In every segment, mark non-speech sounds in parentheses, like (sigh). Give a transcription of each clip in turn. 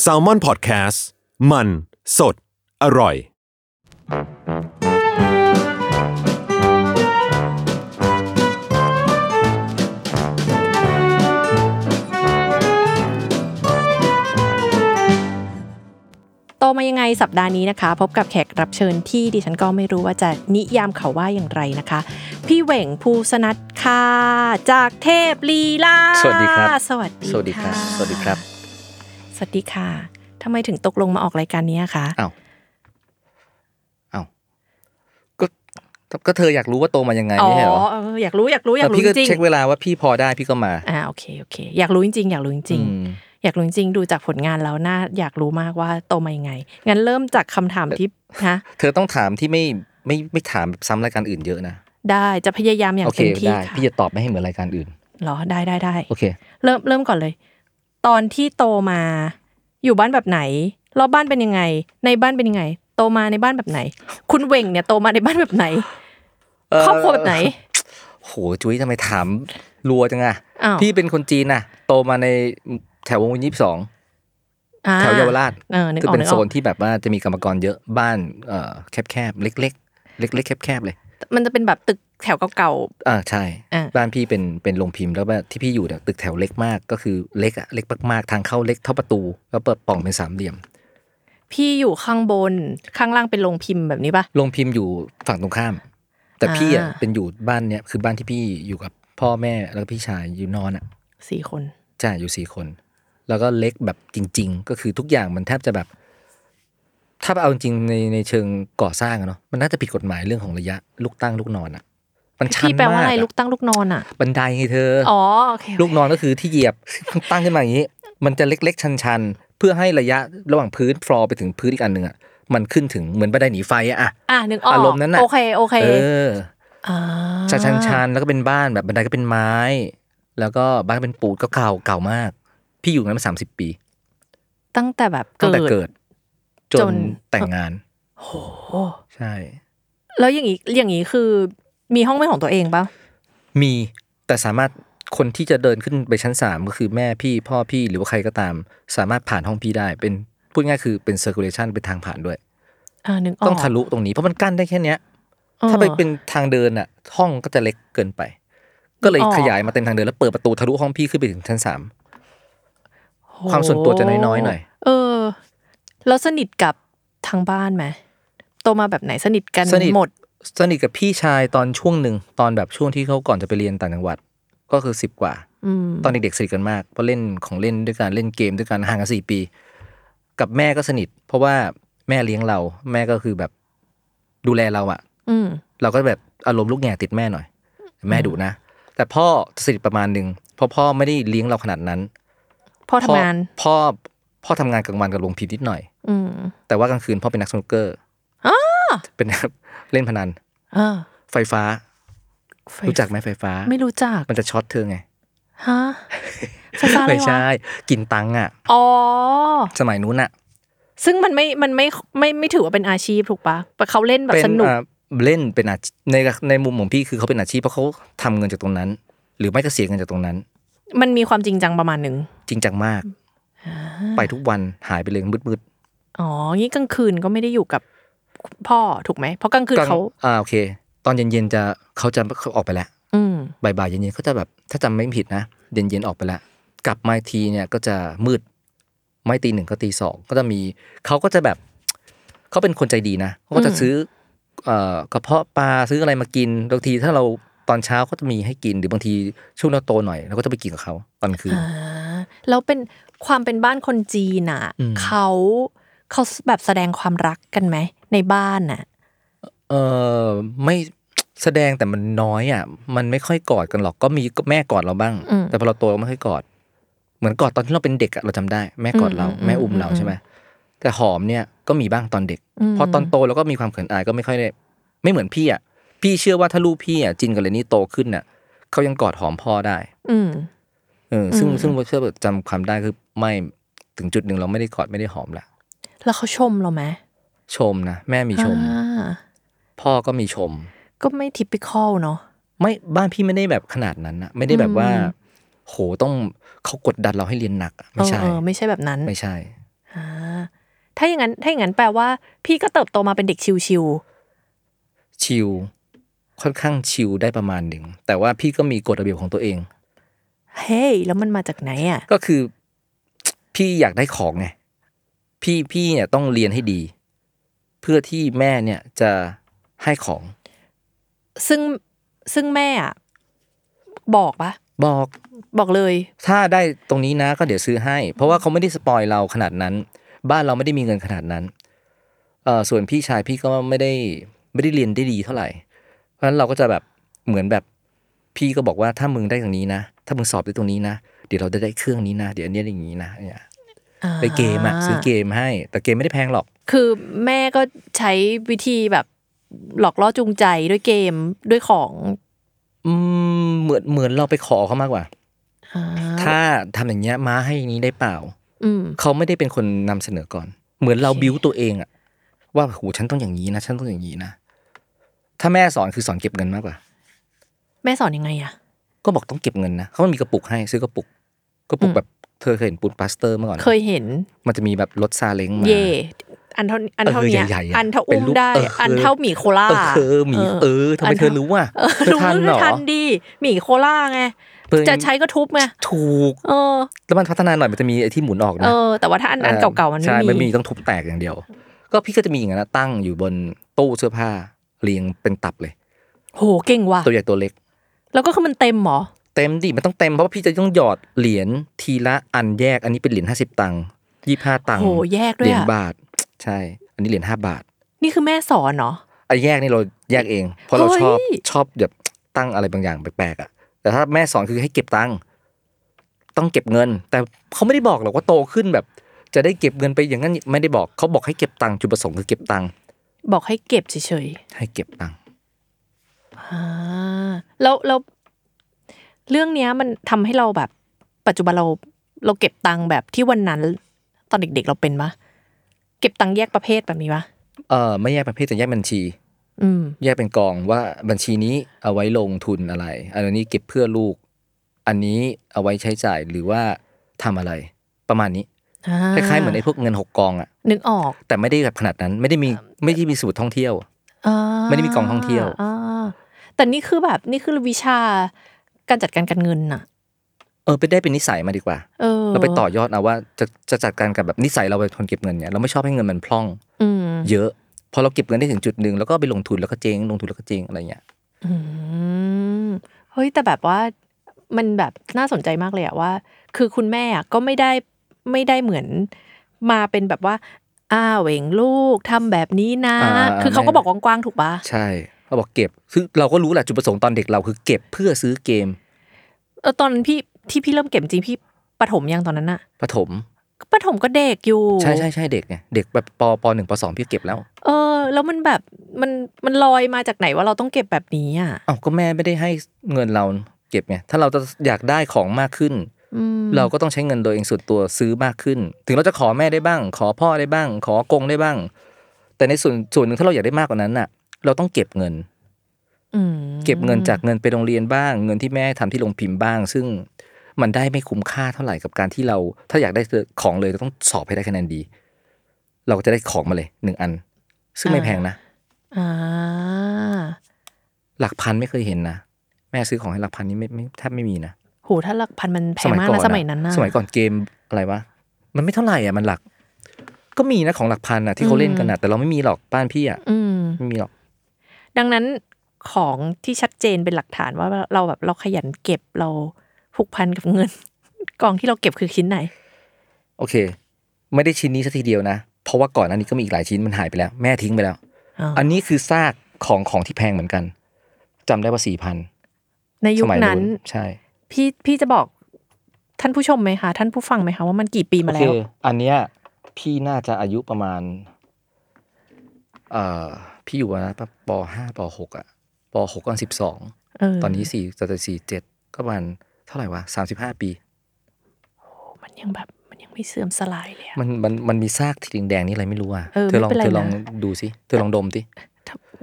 แซลมอนพอดแคสต์มันสดอร่อย โตมายังไงสัปดาห์นี้นะคะ พบกับแขกรับเชิญที่ดิฉันก็ไม่รู้ว่าจะนิยามเขาว่าอย่างไรนะคะ พี่เหว่งภูสนัทค่ะจากเทพลีลา สวัสดีครับ สวัสดี สวัสดีครับ ะ สวัสดีครับ สวัสดีค่ะทำไมถึงตกลงมาออกรายการนี้คะ อ้าว อ้าว ก็ก็เธออยากรู้ว่าโตมายังไง อ๋อ ไม่ใช่เหรอ เอออยากรู้อยากรู้อยาก แต่ รู้ พี่ก็ จริง เช็คเวลาว่าพี่พอได้พี่ก็มา อ่าโอเคโอเค อยากรู้จริงๆอยากรู้จริง อืม ๆอยากรู้จริงๆดูจากผลงานแล้วน่าอยากรู้มากว่าโตมายังไงงั้นเริ่มจากคำถามที่ฮะ เธอต้องถามที่ไม่ไม่ไม่ถามซ้ำรายการอื่นเยอะนะ ได้จะพยายามอย่าง โอเค เต็มที่ ได้ ค่ะ พี่จะตอบไม่ให้เหมือนรายการอื่น เหรอได้ได้ได้ โอเค เริ่มเริ่มก่อนเลย ตอนที่โตมา อยู่บ้านแบบไหนรอบบ้านเป็นยังไง ในบ้านเป็นยังไง โตมาในบ้าน (laughs) แบบไหน คุณเหว่งเนี่ยโตมาในบ้านแบบไหน เอ่อ ครอบครัวแบบไหน โหจุ้ยทำไมถามรัวจังอะ อ้าว พี่เป็นคนจีนน่ะ โตมาในแถววงเวียนยี่สิบสอง อ่ แถวเยาวราช เออนึกอซึ่ง อก เป็น ก โซ ออก นที่แบบว่าจะมีกรรมกรเยอะบ้านเอ่อแคบๆเล็กๆ เล็กๆแคบๆเลย มันจะเป็นแบบตึกแถวเก่า อ่าใช่ อ่า บ้านพี่เป็นเป็นโรงพิมพ์แล้วแบบที่พี่อยู่เนี่ยตึกแถวเล็กมากก็คือเล็กอะเล็กมากๆทางเข้าเล็กเท่าประตูแล้วเปิดปล่องเป็นสามเหลี่ยม ๆพี่อยู่ข้างบนข้างล่างเป็นโรงพิมพ์แบบนี้ปะ โรงพิมพ์อยู่ฝั่งตรงข้าม แต่พี่อ่ะ อ่า เป็นอยู่บ้านเนี่ยคือบ้านที่พี่อยู่กับพ่อแม่แล้วก็พี่ชายอยู่นอนอ่ะ สี่คน ใช่อยู่สี่คน แล้วก็เล็กแบบจริง ๆ ก็คือทุกอย่างมันแทบจะแบบ ถ้าเอาจริงในในเชิงก่อสร้างอะเนาะมันน่าจะผิดกฎหมายเรื่องของระยะลูกตั้งลูกนอนอ่ะ มันชัน พี่แปลว่า มา อะไร ก ลูกตั้งลูกนอนอ่ะ บันไดไงเธออ อ๋อโอเค ลูกนอนก็คือที่เหยียบ (laughs) ตั้งขึ้นมาอย่างนี้ มันจะเล็กๆ ชันๆ เพื่อให้ระยะระหว่างพื้นฟลอร์ไปถึงพื้นอีกอันหนึ่งอ่ะมันขึ้นถึงเหมือนบันไดหนีไฟอะอะ อ่ะนึกออก อารมณ์นั้นน่ะ โอเคโอเค เออ อ่า ชันชันๆแล้วก็เป็นบ้านแบบบันไดก็เป็นไม้ แล้วก็บ้านเป็นปูนก็เก่าเก่ามาก พี่อยู่นั้นมาสามสิบปี ตั้งแต่แบบ ตั้งแต่ เกิ เกิ ด ด จ จน นแต่งงาน โห ใช่ แล้วอย่างนี้อย่างนี้คือมีห้องเป็นของตัวเองปะ มีแต่สามารถคนที่จะเดินขึ้นไปชั้นสามก็คือแม่พี่พ่อพี่หรือว่าใครก็ตาม สามารถผ่านห้องพี่ได้เป็นพูดง่ายคือเป็น circulation เป็นทางผ่านด้วย อ่านึกออก ต้องทะลุตรงนี้เพราะมันกั้นได้แค่เนี้ย ออ ถ้าไปเป็นทางเดินอ่ะ ห้องก็จะเล็กเกินไป ก็เลย อ๋อ ขยายมาเต็มทางเดินแล้วเปิดประตูทะลุห้องพี่ขึ้นไปถึงชั้นสาม ความส่วนตัวจะน้อยๆหน่อย เออ แล้วสนิทกับทางบ้านไหมโตมาแบบไหนสนิทกัน สนิท หมด สนิทกับพี่ชายตอนช่วงหนึ่งตอนแบบช่วงที่เขาก่อนจะไปเรียนต่างจังหวัด ก็คือสิบกว่า อืม ตอนเด็กๆสนิทกันมากเพราะเล่นของเล่นด้วยกันเล่นเกมด้วยกันห่างกันสี่ปี กับแม่ก็สนิท เพราะว่าแม่เลี้ยงเรา แม่ก็คือแบบดูแลเราอ่ะ อืม เราก็แบบอารมณ์ลูกแง่ติดแม่หน่อย แม่ดุนะ แต่พ่อจะสนิทประมาณหนึ่งเพราะพ่อไม่ได้เลี้ยงเราขนาดนั้น พ่อทำงาน พ่อพ่อทำงานกลางวันกับโรงพิมพ์นิดหน่อย อืม แต่ว่ากลางคืนพ่อเป็นนักสนุกเกอร์ อ้า เป็น (laughs) เล่นพนัน เออ ไฟฟ้า ไฟ รู้จักไหมไฟฟ้า ไม่รู้จัก มันจะช็อตเธอไง ฮะไฟฟ้าอะไร ไม่ วะ ใช่ กินตังค์อ่ะ อ๋อ สมัยนู้นอ่ะ ซึ่งมันไม่มันไม่ไม่ไม่ถือว่าเป็นอาชีพถูกปะแต่เขาเล่นแบบ เป็น สนุก อ่ะเล่นเป็นอาชีพในในมุมของพี่คือเขาเป็นอาชีพเพราะเขาทำเงินจากตรงนั้น หรือไม่ก็เสียเงินจากตรงนั้น มันมีความจริงจังประมาณหนึ่ง จริงจังมาก ไปทุกวันหายไปเลยมืดๆ อ๋องี้กลางคืนก็ไม่ได้อยู่กับพ่อถูกไหมเพราะกลางคืน กลาง เขา อ่าโอเค ตอนเย็นๆจะเขาจะเขาออกไปแล้ว อืม บ่ายๆเย็นๆเขาจะแบบถ้าจำไม่ผิดนะเย็นๆออกไปแล้วกลับมาอีกทีเนี่ยก็จะมืด ไม่ตีหนึ่งก็ตีสองก็จะมีเขาก็จะแบบเขาเป็นคนใจดีนะเขาก็จะ อืม ซื้อเอ่อกระเพาะปลาซื้ออะไรมากินบางทีถ้าเราตอนเช้าก็จะมีให้กินหรือบางทีช่วงเราโตหน่อยเราก็จะไปกินกับเขาตอนคืน อ่าแล้วเป็นความเป็นบ้านคนจีนอ่ะ อืม เขาเขาแบบแสดงความรักกันไหม ในบ้านน่ะ เออไม่แสดงแต่มันน้อยอ่ะ มันไม่ค่อยกอดกันหรอกก็มีแม่กอดเราบ้าง อืม แต่พอเราโตเราไม่ค่อยกอด เห มือนกอดตอนที่เราเป็นเด็กอะเราจำได้ แม่กอดเรา อืมอืม แม่อุ้มเรา อืม ใช่ไหมแต่หอมเนี่ยก็มีบ้างตอนเด็ก อืม พอตอนโตแล้วก็มีความเขินอายก็ไม่ค่อยได้ไม่เหมือนพี่อะพี่เชื่อว่าถ้าลูกพี่อะจินกับเลนี่โตขึ้นน่ะเขายังกอดหอมพ่อได้ อืม เออซึ่ง อืม ซึ่งเชื่อจำความได้คือไม่ถึงจุดหนึ่งเราไม่ได้กอดไม่ได้หอมละ แล้วเขาชมเราไหม ชมนะแม่มีชม อ่า พ่อก็มีชม ก็ไม่ทิปิคอลเนาะ ไม่บ้านพี่ไม่ได้แบบขนาดนั้นนะไม่ได้แบบว่า อืม โหต้องเขากดดันเราให้เรียนหนักอะไม่ใช่ เออเออไม่ใช่แบบนั้น ไม่ใช่ อ่าถ้าอย่างนั้นถ้าอย่างนั้นแปลว่า พี่ก็เติบโตมาเป็นเด็กชิว ชิลค่อนข้างชิลได้ประมาณหนึ่งแต่ว่าพี่ก็มีกฎระเบียบของตัวเอง ๆเฮ้ยแล้วมันมาจากไหนอ่ะ ก็คือ พี่อยากได้ของไงพี่พี่เนี่ยต้องเรียนให้ดี เพื่อที่แม่เนี่ยจะให้ของ ซึ่งซึ่งแม่อะบอกปะ บอก บอกเลย ถ้าได้ตรงนี้นะก็เดี๋ยวซื้อให้ เพราะว่าเขาไม่ได้สปอยเราขนาดนั้น บ้านเราไม่ได้มีเงินขนาดนั้นเออส่วนพี่ชายพี่ก็ไม่ได้ไม่ได้เรียนได้ดีเท่าไหร่ เพราะฉะนั้นเราก็จะแบบเหมือนแบบพี่ก็บอกว่าถ้ามึงได้ตรงนี้นะ ถ้ามึงสอบได้ตรงนี้นะ เดี๋ยวเราจะได้เครื่องนี้นะ เดี๋ยวอันเนี้ยอย่างนี้นะเนี่ย อ่า ไปเกมอะซื้อเกมให้ แต่เกมไม่ได้แพงหรอก คือแม่ก็ใช้วิธีแบบหลอกล่อจูงใจด้วยเกมด้วยของ อืมเหมือนเหมือนเราไปขอเขามากกว่า อ่า ถ้าทำอย่างเงี้ยม้าให้อย่างนี้ได้เปล่า อืม เขาไม่ได้เป็นคนนำเสนอก่อน เหมือนเรา โอเค บิวตัวเองอะว่าโหฉันต้องอย่างนี้นะ ฉันต้องอย่างนี้นะ ถ้าแม่สอนคือสอนเก็บเงินมากกว่า แม่สอนยังไงอะ ก็บอกต้องเก็บเงินนะเขามีกระปุกให้ซื้อกระปุก กระปุก อืม แบบเธอเคยเห็นปูนปลาสเตอร์เมื่อก่อนไหม เคยเห็น มันจะมีแบบรถซาเล้งมา เย่อันเท่าอันเท่าเนี้ย เออใหญ่ๆอะ อันเท่า เป็ อุ้ น ม รูป ได้ เออ อันเท่าหมีโคล่า เออเธอหมี เออ เออทำไม อัน เธอรู้อ่ะ เออ เธอ รู้ ทันเหรอ ทันดีหมีโคล่าไง เพิ่ง จะใช้ก็ทุบไง ถูก เออ แล้วมันพัฒนาหน่อยมันจะมีไอ้ที่หมุนออก เอ นะ อ แต่ว่าถ้าอันอันเก่าๆมัน ใช่ ไม่ มันมี มี ต้องทุบแตกอย่างเดียว ก็พี่ก็จะมีอย่างนั้นนะตั้งอยู่บนตู้เสื้อผ้าเรียงเป็นตับเลย โหเก่งว่ะ ตัวใหญ่ตัวเล็ก แล้วก็คือมันเต็มเหรอ เต็มดิมันต้องเต็มเพราะว่าพี่จะต้องหยอดเหรียญทีละอันแยก อันนี้เป็นเหรียญห้าสิบตังค์ยี่ห้าตังค์ โหแยกด้วยเหรียญ อะ บาท ใช่ อันนี้เหรียญห้าบาท นี่คือแม่สอนเนาะ ไอ้แยกนี่เราแยกเอง เพราะเราชอบ เฮ้ย ชอบแบบตั้งอะไรบางอย่างแปลกๆอ่ะแต่ถ้าแม่สอนคือให้เก็บตังค์ต้องเก็บเงิน แต่เขาไม่ได้บอกหรอกว่าโตขึ้นแบบ จะได้เก็บเงินไปอย่างนั้นไม่ได้บอกเขาบอกให้เก็บตังค์จุดประสงค์คือเก็บตังค์ บอกให้เก็บเฉย ให้เก็บตังค์ ๆอ่าแล้วแล้วเรื่องเนี้ยมันทำให้เราแบบ ปัจจุบันเราเราเก็บตังค์แบบที่วันนั้น ตอนเด็ก ๆ เราเป็นปะเก็บตังค์แยกประเภทแบบนี้ปะ เออไม่แยกประเภทแต่แยกบัญชี อืม แยกเป็นกองว่าบัญชีนี้เอาไว้ลงทุนอะไร อันนี้เก็บเพื่อลูก อันนี้เอาไว้ใช้จ่ายหรือว่าทำอะไร ประมาณนี้คล้ายๆเหมือนไอ้พวกเงินหกกองอะ นึกออก แต่ไม่ได้แบบขนาดนั้นไม่ได้มีไม่ได้มีสูตรท่องเที่ยว อ่า ไม่ได้มีกองท่องเที่ยว อ่าแต่นี่คือแบบนี่คือวิชาการจัดการการเงินน่ะ เออไปได้เป็นนิสัยมาดีกว่า เออ เราไปต่อยอดเอาว่าจะจะจัดการกับแบบนิสัยเราเป็นคนเก็บเงินเนี่ยเราไม่ชอบให้เงินมันพร่อง อืม เยอะพอเราเก็บเงินได้ถึงจุดหนึ่งแล้วก็ไปลงทุนแล้วก็เจ๊งลงทุนแล้วก็เจ๊งอะไรเงี้ย อืมเฮ้ยแต่แบบว่ามันแบบน่าสนใจมากเลยอะว่า คือคุณแม่อะก็ไม่ได้ไม่ได้เหมือนมาเป็นแบบว่า อ้าวเหวงลูกทำแบบนี้นะ า คือเขาก็ ไม่ บอกกว้างๆถูกปะ ใช่เขาบอกเก็บซึ่งเราก็รู้แหละจุดประสงค์ตอนเด็กเราคือเก็บเพื่อซื้อเกม เออตอนนั้นพี่ที่พี่เริ่มเก็บจริงพี่ปฐมยังตอนนั้นอะ ปฐม ปฐมก็เด็กอยู่ ใช่ใช่ใช่เด็กไงเด็กแบบปปหนึ่งปสองพี่เก็บแล้ว เออแล้วมันแบบมันมันลอยมาจากไหนว่าเราต้องเก็บแบบนี้อ่ะ เอ้าวก็แม่ไม่ได้ให้เงินเราเก็บไงถ้าเราจะอยากได้ของมากขึ้น อืม เราก็ต้องใช้เงินตัวเองส่วนตัวซื้อมากขึ้น ถึงเราจะขอแม่ได้บ้าง ขอพ่อได้บ้าง ขอกงได้บ้าง แต่ในส่วนส่วนหนึ่งถ้าเราอยากได้มากกว่านั้นน่ะ เราต้องเก็บเงิน อืม เก็บเงินจากเงินไปโรงเรียนบ้าง เงินที่แม่ทำที่โรงพิมพ์บ้าง ซึ่งมันได้ไม่คุ้มค่าเท่าไหร่กับการที่เรา ถ้าอยากได้ของเลยก็ต้องสอบให้ได้คะแนนดี เราก็จะได้ของมาเลยหนึ่งอัน ซึ่งไม่แพงนะ อ่า หลักพันไม่เคยเห็นนะแม่ซื้อของให้หลักพันนี่ไม่ไม่แทบไม่มีนะ โหถ้าหลักพันมันแพงมากนะสมัยนั้นนะ สมัยก่อนเกมอะไรวะมันไม่เท่าไหร่อ่ะมันหลัก ก็มีนะของหลักพันอ่ะที่เขาเล่นกันอ่ะแต่เราไม่มีหรอกบ้านพี่อ่ะ อืม ไม่มีหรอก ดังนั้นของที่ชัดเจนเป็นหลักฐานว่าเราแบบเราขยันเก็บเราผูกพันกับเงิน (laughs) กองที่เราเก็บคือชิ้นไหน โอเค ไม่ได้ชิ้นนี้สักทีเดียวนะ เพราะว่าก่อนหน้านี้ก็มีอีกหลายชิ้นมันหายไปแล้ว แม่ทิ้งไปแล้ว อ่า อันนี้คือซากของของที่แพงเหมือนกันจำได้ว่าสี่พัน ในยุ ส ค มัย นั้น ใช่ พี่พี่จะบอก ท่านผู้ชมไหมคะท่านผู้ฟังไหมคะว่ามันกี่ปีมาแล้ โอ ว เคอันเนี้ยพี่น่าจะอายุประมาณ เอ่อ พี่อยู่นะปห้าปหกอะปหกก็สิบสอง เออ ตอนนี้สี่จะจะสี่เจ็ดก็ประมาณเท่าไหร่วะสามสิบห้าปี มันยังแบบมันยังไม่เสื่อมสลายเลยอะ มันมันมันมีซากถีงแดงนี่อะไรไม่รู้อ่ะ เออ เธอลอง ไม่เป็นไร เธอลอง นะ ดูสิเธอลองดมสิ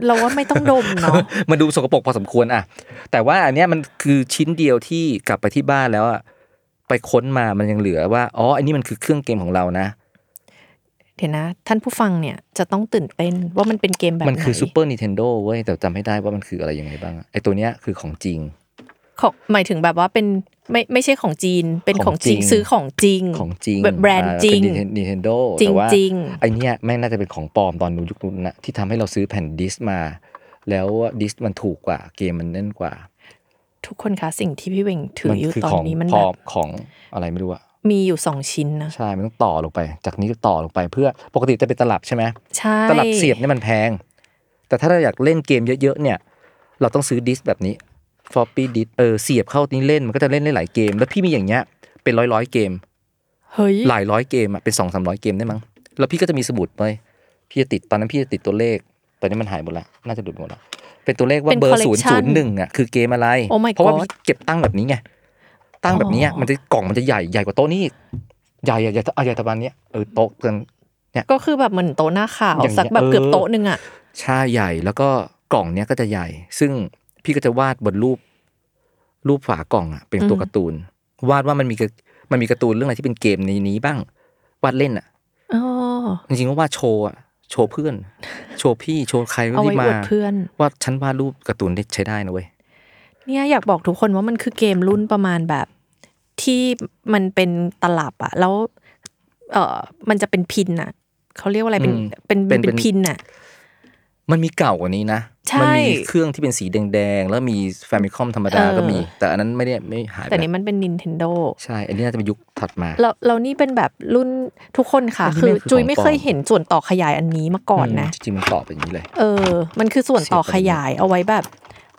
เราว่าไม่ต้องดม (laughs) เนาะ มันดูสกปรกพอสมควรอะแต่ว่าอันเนี้ยมันคือชิ้นเดียวที่กลับไปที่บ้านแล้วอะไปค้นมามันยังเหลือว่าอ๋ออันนี้มันคือเครื่องเกมของเรานะ เดี๋ยวนะ ท่านผู้ฟังเนี่ยจะต้องตื่นเต้นว่ามันเป็นเกมแบบไหน มันคือซูเปอร์นินเทนโดเว้ย แต่จำไม่ได้ว่ามันคืออะไรยังไงบ้างอะไอตัวเนี้ยคือของจริง ของหมายถึงแบบว่าเป็นไม่ไม่ใช่ของจีนเป็น ข ข อ องง จ จ ริ ริ ง งซื้อของจริง ของจริง แบบแบรนด์จริง นินเทนโด จริง แต่ว่า จริง ไอเนี้ยแม่งน่าจะเป็นของปลอมตอนนู้นยุคนู้นนะที่ทำให้เราซื้อแผ่นดิสก์มา แล้วดิสก์มันถูกกว่าเกมมันแน่นกว่า ทุกคนคะสิ่งที่พี่เวงถือ มั อยู่ คื ตอ ข น อง นี้มัน ปล แบ อบ มของอะไรไม่รู้อะ มีอยู่สองชิ้นนะ ใช่ มันต้องต่อลงไป จากนี้ต่อลงไปเพื่อปกติจะเป็นตลับใช่ไหม ใช่ ตลับเสียบเนี่ยมันแพง แต่ถ้าเราอยากเล่นเกมเยอะๆเนี่ย เราต้องซื้อดิสก์แบบนี้ฟอปปี้ดิสเออเสียบเข้านี้เล่นมันก็จะเล่นได้หลายเกม แล้วพี่มีอย่างเงี้ยเป็นร้อยร้อยๆเกม เฮ้ย หลายร้อยเกมอะเป็นสองสามร้อยเกมได้มั้งแล้วพี่ก็จะมีสมุดไปพี่จะติดตอนนั้นพี่จะติดตัวเลขตอนนี้มันหายหมดละน่าจะดูดหมดละเป็นตัวเลขว่าเบอร์ศูนย์ศูนย์หนึ่งอะคือเกมอะไร โอ้ my เพราะว่า god พี่เก็บตั้งแบบนี้ไง ตั้งแบบนี้อะ อ๋อ มันจะกล่องมันจะใหญ่ใหญ่กว่าโต๊ะนี้อีกใหญ่ใหญ่ใหญ่ใหญ่ประมาณเนี้ยเออโต๊ะเกิน ก็คือแบบเหมือนโต๊ะหน้าขาว อย่างเงี้ย สักแบบเกือบ เออ โต๊ะหนึ่งอะ ชาใหญ่แล้วก็กล่องเนี้ยก็จะใหญ่ ซึ่งพี่ก็จะวาดบนรูป รูปฝากล่องอะเป็นตัวการ์ตูน วาดว่ามันมีกระมันมีการ์ตูนเรื่องอะไรที่เป็นเกมในนี้บ้าง วาดเล่นอะ อ๋อ จริงๆก็วาดโชว์อะโชว์เพื่อน โชว์พี่โชว์ใครก็ เอา ที่ ไว้ มา อวดเพื่อน ว่าฉันวาดรูปการ์ตูนได้ใช้ได้นะเว้ย เนี่ยอยากบอกทุกคนว่ามันคือเกมรุ่นประมาณแบบที่มันเป็นตลับอะแล้วเออมันจะเป็นพินอะเขาเรียกว่าอะไรเป็น อืม เป็น เป็นเป็ เป็น นพินอะ มันมีเก่ากว่านี้นะ ใช่ มัมีเครื่องที่เป็นสีแดงๆ แล้วมีแฟมิคอมธรรมดา เออ ก็มี แต่อันนั้นไม่ได้ไม่หาย แต่ ไป นี่มันเป็น Nintendo ใช่ อันนี้น่าจะเป็นยุคถัดมา เราเรานี่เป็นแบบรุ่นทุกคนค่ะ อันนี้ คือ ไม่คือ จุย ของ ไม่ ปลอม เคยเห็นส่วนต่อขยายอันนี้มาก่อนนะ มจริงๆมันต่อเป็นอย่างนี้เลย เออ มันคือส่วนต่อขยายเอาไว้แบบ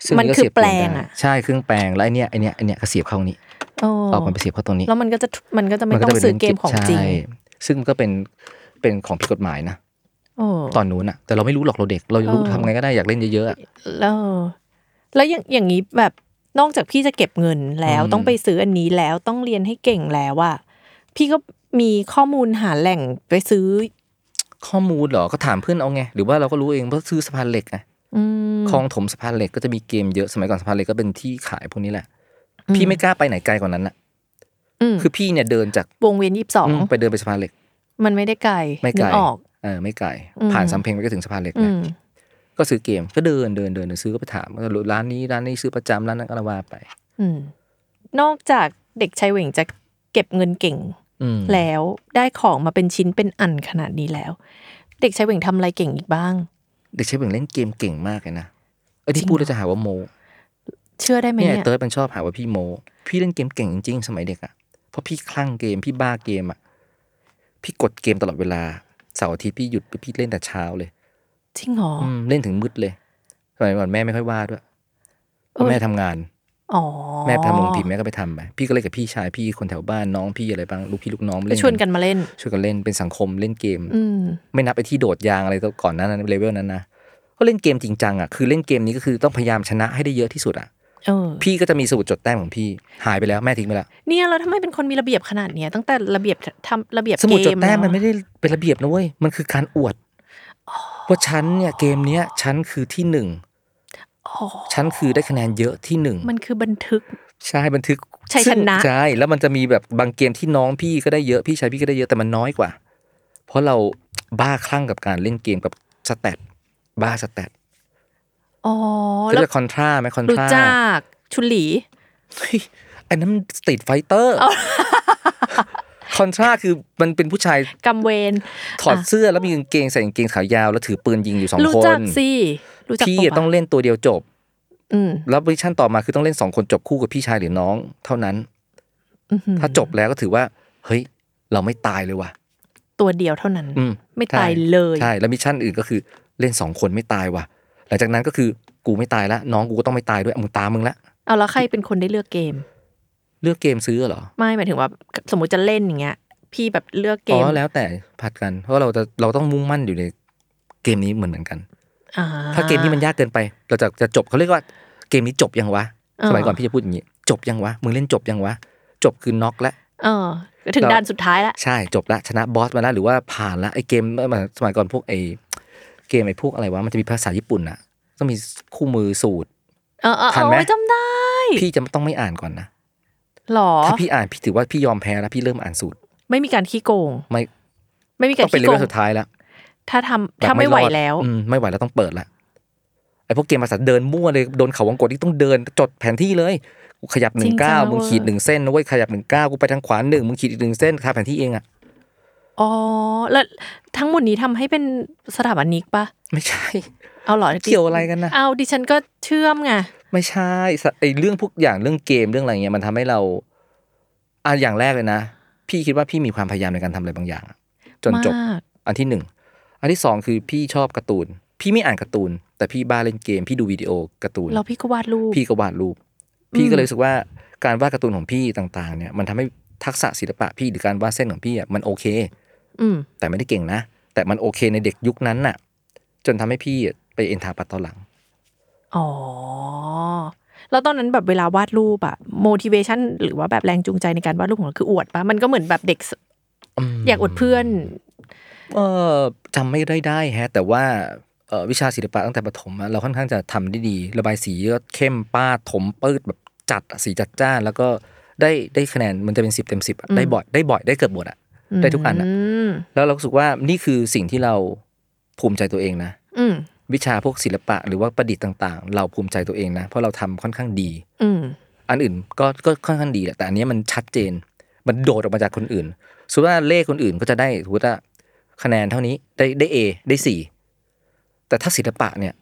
ซึ่ง มัน ก็ คือ เสียบ แปลง ได้ อะ ใช่เครื่องแปลงแล้วไอเนี้ยไอเนี้ยไอเนี้ยก็เสียบเข้านี้ เออ เอามันไปเสียบเข้าตรงนี้ แล้วมันก็จะมันก็จะไม่ น ต้ ก็ องจะป็น ซื้อเกมของจริง ใช่ซึ่งมันก็เป็นเป็นของผิดกฎหมายนะ เออ ตอนนู้นอะแต่เราไม่รู้หรอกเราเด็ก เรารู้ เออ ทำไงก็ได้อยากเล่นเยอะๆอะ แล้วแล้วอย่างอย่างนี้แบบนอกจากพี่จะเก็บเงินแล้ว อืม ต้องไปซื้ออันนี้แล้วต้องเรียนให้เก่งแล้วอะพี่ก็มีข้อมูลหาแหล่งไปซื้อ ข้อมูลเหรอ ก็ถามเพื่อนเอาไง หรือว่าเราก็รู้เองเพราะซื้อสะพานเหล็กไง อืม คลองถมสะพานเหล็กก็จะมีเกมเยอะ สมัยก่อนสะพานเหล็กก็เป็นที่ขายพวกนี้แหละ อืม พี่ไม่กล้าไปไหนไกลกว่านั้นอะ ม คือพี่เนี่ยเดินจาก วงเวียนยี่สิบสอง อืมไปเดินไปสะพานเหล็ก มันไม่ได้ไกล ไม่ไกล นึออก เออไม่ไกล อืม ผ่านสำเพ็งไปก็ถึงสะพานเหล็ก อื นะ ม ก็ซื้อเกม ก็เดินเดินเดินเดินซื้อก็ไปถามก็ร้านนี้ร้านนี้ซื้อประจำร้านนั้นก็ละว่าไป อืม นอกจากเด็กชายเหว่งจะเก็บเงินเก่ง อืม แล้วได้ของมาเป็นชิ้นเป็นอันขนาดนี้แล้ว เด็กชายเหว่งทำอะไรเก่งอีกบ้าง เด็กใช้เบ่งเล่นเกมเก่งมากเลยนะเออจที่ริง พูดแล้วจะหาว่าโม เชื่อได้ไหม เนี่ย เนี่ย เติร์ดมันชอบหาว่าพี่โม พี่เล่นเกมเก่งจริงๆสมัยเด็กอะเพราะพี่คลั่งเกมพี่บ้าเกมอะพี่กดเกมตลอดเวลาเสาร์อาทิตย์พี่หยุดพี่เล่นแต่เช้าเลย จริงเหรอ มเล่นถึงมืดเลยสมัยก่อนแม่ไม่ค่อยว่าด้วยเพ เอ ราะ อ แม่ทำงาน อ๋อ แม่ทำลงพิมพ์แม่ก็ไปทำไปพี่ก็เล่นกับพี่ชายพี่คนแถวบ้านน้องพี่อะไรบ้างลูกพี่ลูกน้อง ก็ เล่น ชวนกันมาเล่น ชวนกันเล่นเป็นสังคมเล่นเกม อืม ไม่นับไอ้ที่โดดยางอะไรก่อนหนั้านนั้นเลเวลนั้นนะก็เล่นเกมจริงจังอ่ะคือเล่นเกมนี้ก็คือต้องพยายามชนะให้ได้เยอะที่สุดอ่ะ เออ พี่ก็จะมีสมุดจดแต้มของพี่หายไปแล้วแม่ทิ้งไปแล้ว เนี่ยเราทำไมเป็นคนมีระเบียบขนาดเนี้ยตั้งแต่ระเบียบทำระเบียบ สมุดจด เก แต้มมัน เอะ ไม่ได้เป็นระเบียบนะเว้ยมันคือการอวดว่าฉันเนี่ยเกมเนี้ยฉันคือที่หนึ่ง อ๋อ ฉันคือได้คะแนนเยอะที่หนึ่ง มันคือบันทึก ใช่บันทึก ชัยชนะ ซึ่งใช่แล้วมันจะมีแบบบางเกมที่น้องพี่ก็ได้เยอะพี่ชายพี่ก็ได้เยอะแต่มันน้อยกว่า เพราะเราบ้าคลั่งกับการเล่นเกมกับสแตทบ้าสแตท อ๋อ แล้ แล้วว จะคอนทราไหมคอนท รู้ รา จักชุนหลี อันนั้นสตรีทไฟเตอ (laughs) ร์คอนทราคือมันเป็นผู้ชาย กำเวน ถอดเสื้อ (laughs) แล้วมีกางเกงใส่กางเกงขายาว แล้วถือปืนยิงอยู่สอง รู้ ค จั น สิรู้จัก พี่ ปะวะ ต้องเล่นตัวเดียวจบ อืม แล้วมิชชั่นต่อมาคือต้องเล่นสองคนจบคู่กับพี่ชายหรือน้อง เท่านั้น อื้อหือ ถ้าจบแล้วก็ถือว่าเฮ้ยเราไม่ตายเลยว่ะ ตัวเดียวเท่านั้น อืม ไม่ตายเลย ใช่ แล้วมิชชั่นอื่นก็คือเล่นสองคนไม่ตายว่ะ หลังจากนั้นก็คือกูไม่ตายละน้องกูก็ต้องไม่ตายด้วยอ่ะมึงตามมึงละ เอาแล้วใครเป็นคนได้เลือกเกม เลือกเกมซื้อเหรอ ไม่หมายถึงว่าสมมติจะเล่นอย่างเงี้ย พี่แบบเลือกเก อ๋ ม อแล้วแต่ผัดกัน เพราะเราจะเราต้องมุ่งมั่นอยู่ในเกมนี้เหมือนเหมือนกัน อ่ ถ้าเกมนี้มันยากเกินไป เราจะจะจบเขาเรียกว่าเกมนี้จบยังวะสมัยก่อนพี่จะพูดอย่างนี้ จบยังวะมึงเล่นจบยังวะ จบคือน็อกแล้ว เออถึง เรา ด่านสุดท้ายละ ใช่จบละชนะบอสมาแล้วหรือว่าผ่านละไอเกมเมื่อสมัยก่อนพวกไอเกมไอพวกอะไรวะมันจะมีภาษาญี่ปุ่นอะต้องมีคู่มือสูตร เออเออ ทัน เออ ไหม โอ้ยจำได้ พี่จะต้องไม่อ่านก่อนนะ หรอ ถ้าพี่อ่านพี่ถือว่าพี่ยอมแพ้แล้วพี่เริ่มอ่านสูตร ไม่มีการขี้โกง ไม่ ไม่มีกา ต้ ร องเป็น ขี้ เล โก เว ง ลสุดท้ายแล้ว ถ้าทำ แบบ ถ้าไม่ไหว รอด แล้ว อืมไม่ไหวแล้วต้องเปิดละไอ้พวกเกมภาษาเดินมั่วเลยโดนเขาวงกดที่ต้องเดินจดแผนที่เลยกูขยับจริหนึ่ ง ง จัง เก้า นะ มึง เว้ย ขีดหนึ่งเส้นนะเว้ยขยับหนึ่งเก้ากูไปทางขวาหนึ่งมึงขีดอีกหนึ่งเส้นทาแผนที่เองอ่ะ อ๋อแล้วทั้งหมดนี้ทำให้เป็นสถาบันนิกปะ ไม่ใช่ เอาหรอดิ เกี่ยวอะไรกันนะ เอาดิฉันก็เชื่อมไง ไม่ใช่สะไอ้เรื่องพวกอย่างเรื่องเกมเรื่องอะไรเงี้ยมันทำให้เราอ่ะอย่างแรกเลยนะ พี่คิดว่าพี่มีความพยายามในการทำอะไรบางอย่างอะจนจบ มาก อันที่หนึ่ง อันที่สองคือพี่ชอบการ์ตูน พี่ไม่อ่านการ์ตูน แต่พี่บ้าเล่นเกม พี่ดูวิดีโอการ์ตูน แล้วพี่ก็วาดรูป พี่ก็วาดรูป ม พี่ก็เลยรู้สึกว่าการวาดการ์ตูนของพี่ต่างๆ เนี่ย มันทำให้ทักษะศิลปะพี่หรือการวาดเส้นของพี่อ่ะมันโอเค อืม แต่ไม่ได้เก่งนะ แต่มันโอเคในเด็กยุคนั้นน่ะ จนทำให้พี่ไปเอ็นทาปัตตอนหลัง อ๋อ แล้วตอนนั้นแบบเวลาวาดรูปอะ motivation หรือว่าแบบแรงจูงใจในการวาดรูปของเราคืออวดปะมันก็เหมือนแบบเด็กสอยากอวดเพื่อน เออจำไม่ได้ได้แฮะ แต่ว่าเอ่อวิชาศิลปะตั้งแต่ประถมอะเราค่อนข้างจะทำได้ดี ระบายสีก็เข้มป้าดถมปืดแบบจัดอะสีจัดจ้าน แล้วก็ได้ได้คะแนนมันจะเป็นสิบเต็มสิบ อืม ได้บ่อยได้บ่อยได้เกือบหมดอะ ได้ทุกอันอะ ม แล้วเรารู้สึกว่านี่คือสิ่งที่เราภูมิใจตัวเองนะ อืม วิชาพวกศิลปะหรือว่าประดิษฐ์ต่างๆ เราภูมิใจตัวเองนะ เพราะเราทำค่อนข้างดี อืม อันอื่นก็ก็ค่อนข้างดีแหละแต่อันเนี้ยมันชัดเจน มันโดดออกมาจากคนอื่นสมมติว่าเลขคนอื่นก็จะได้สมมติว่าคะแนนเท่านี้ได้ได้เอได้สี่แต่ถ้าศิลปะเนี่ย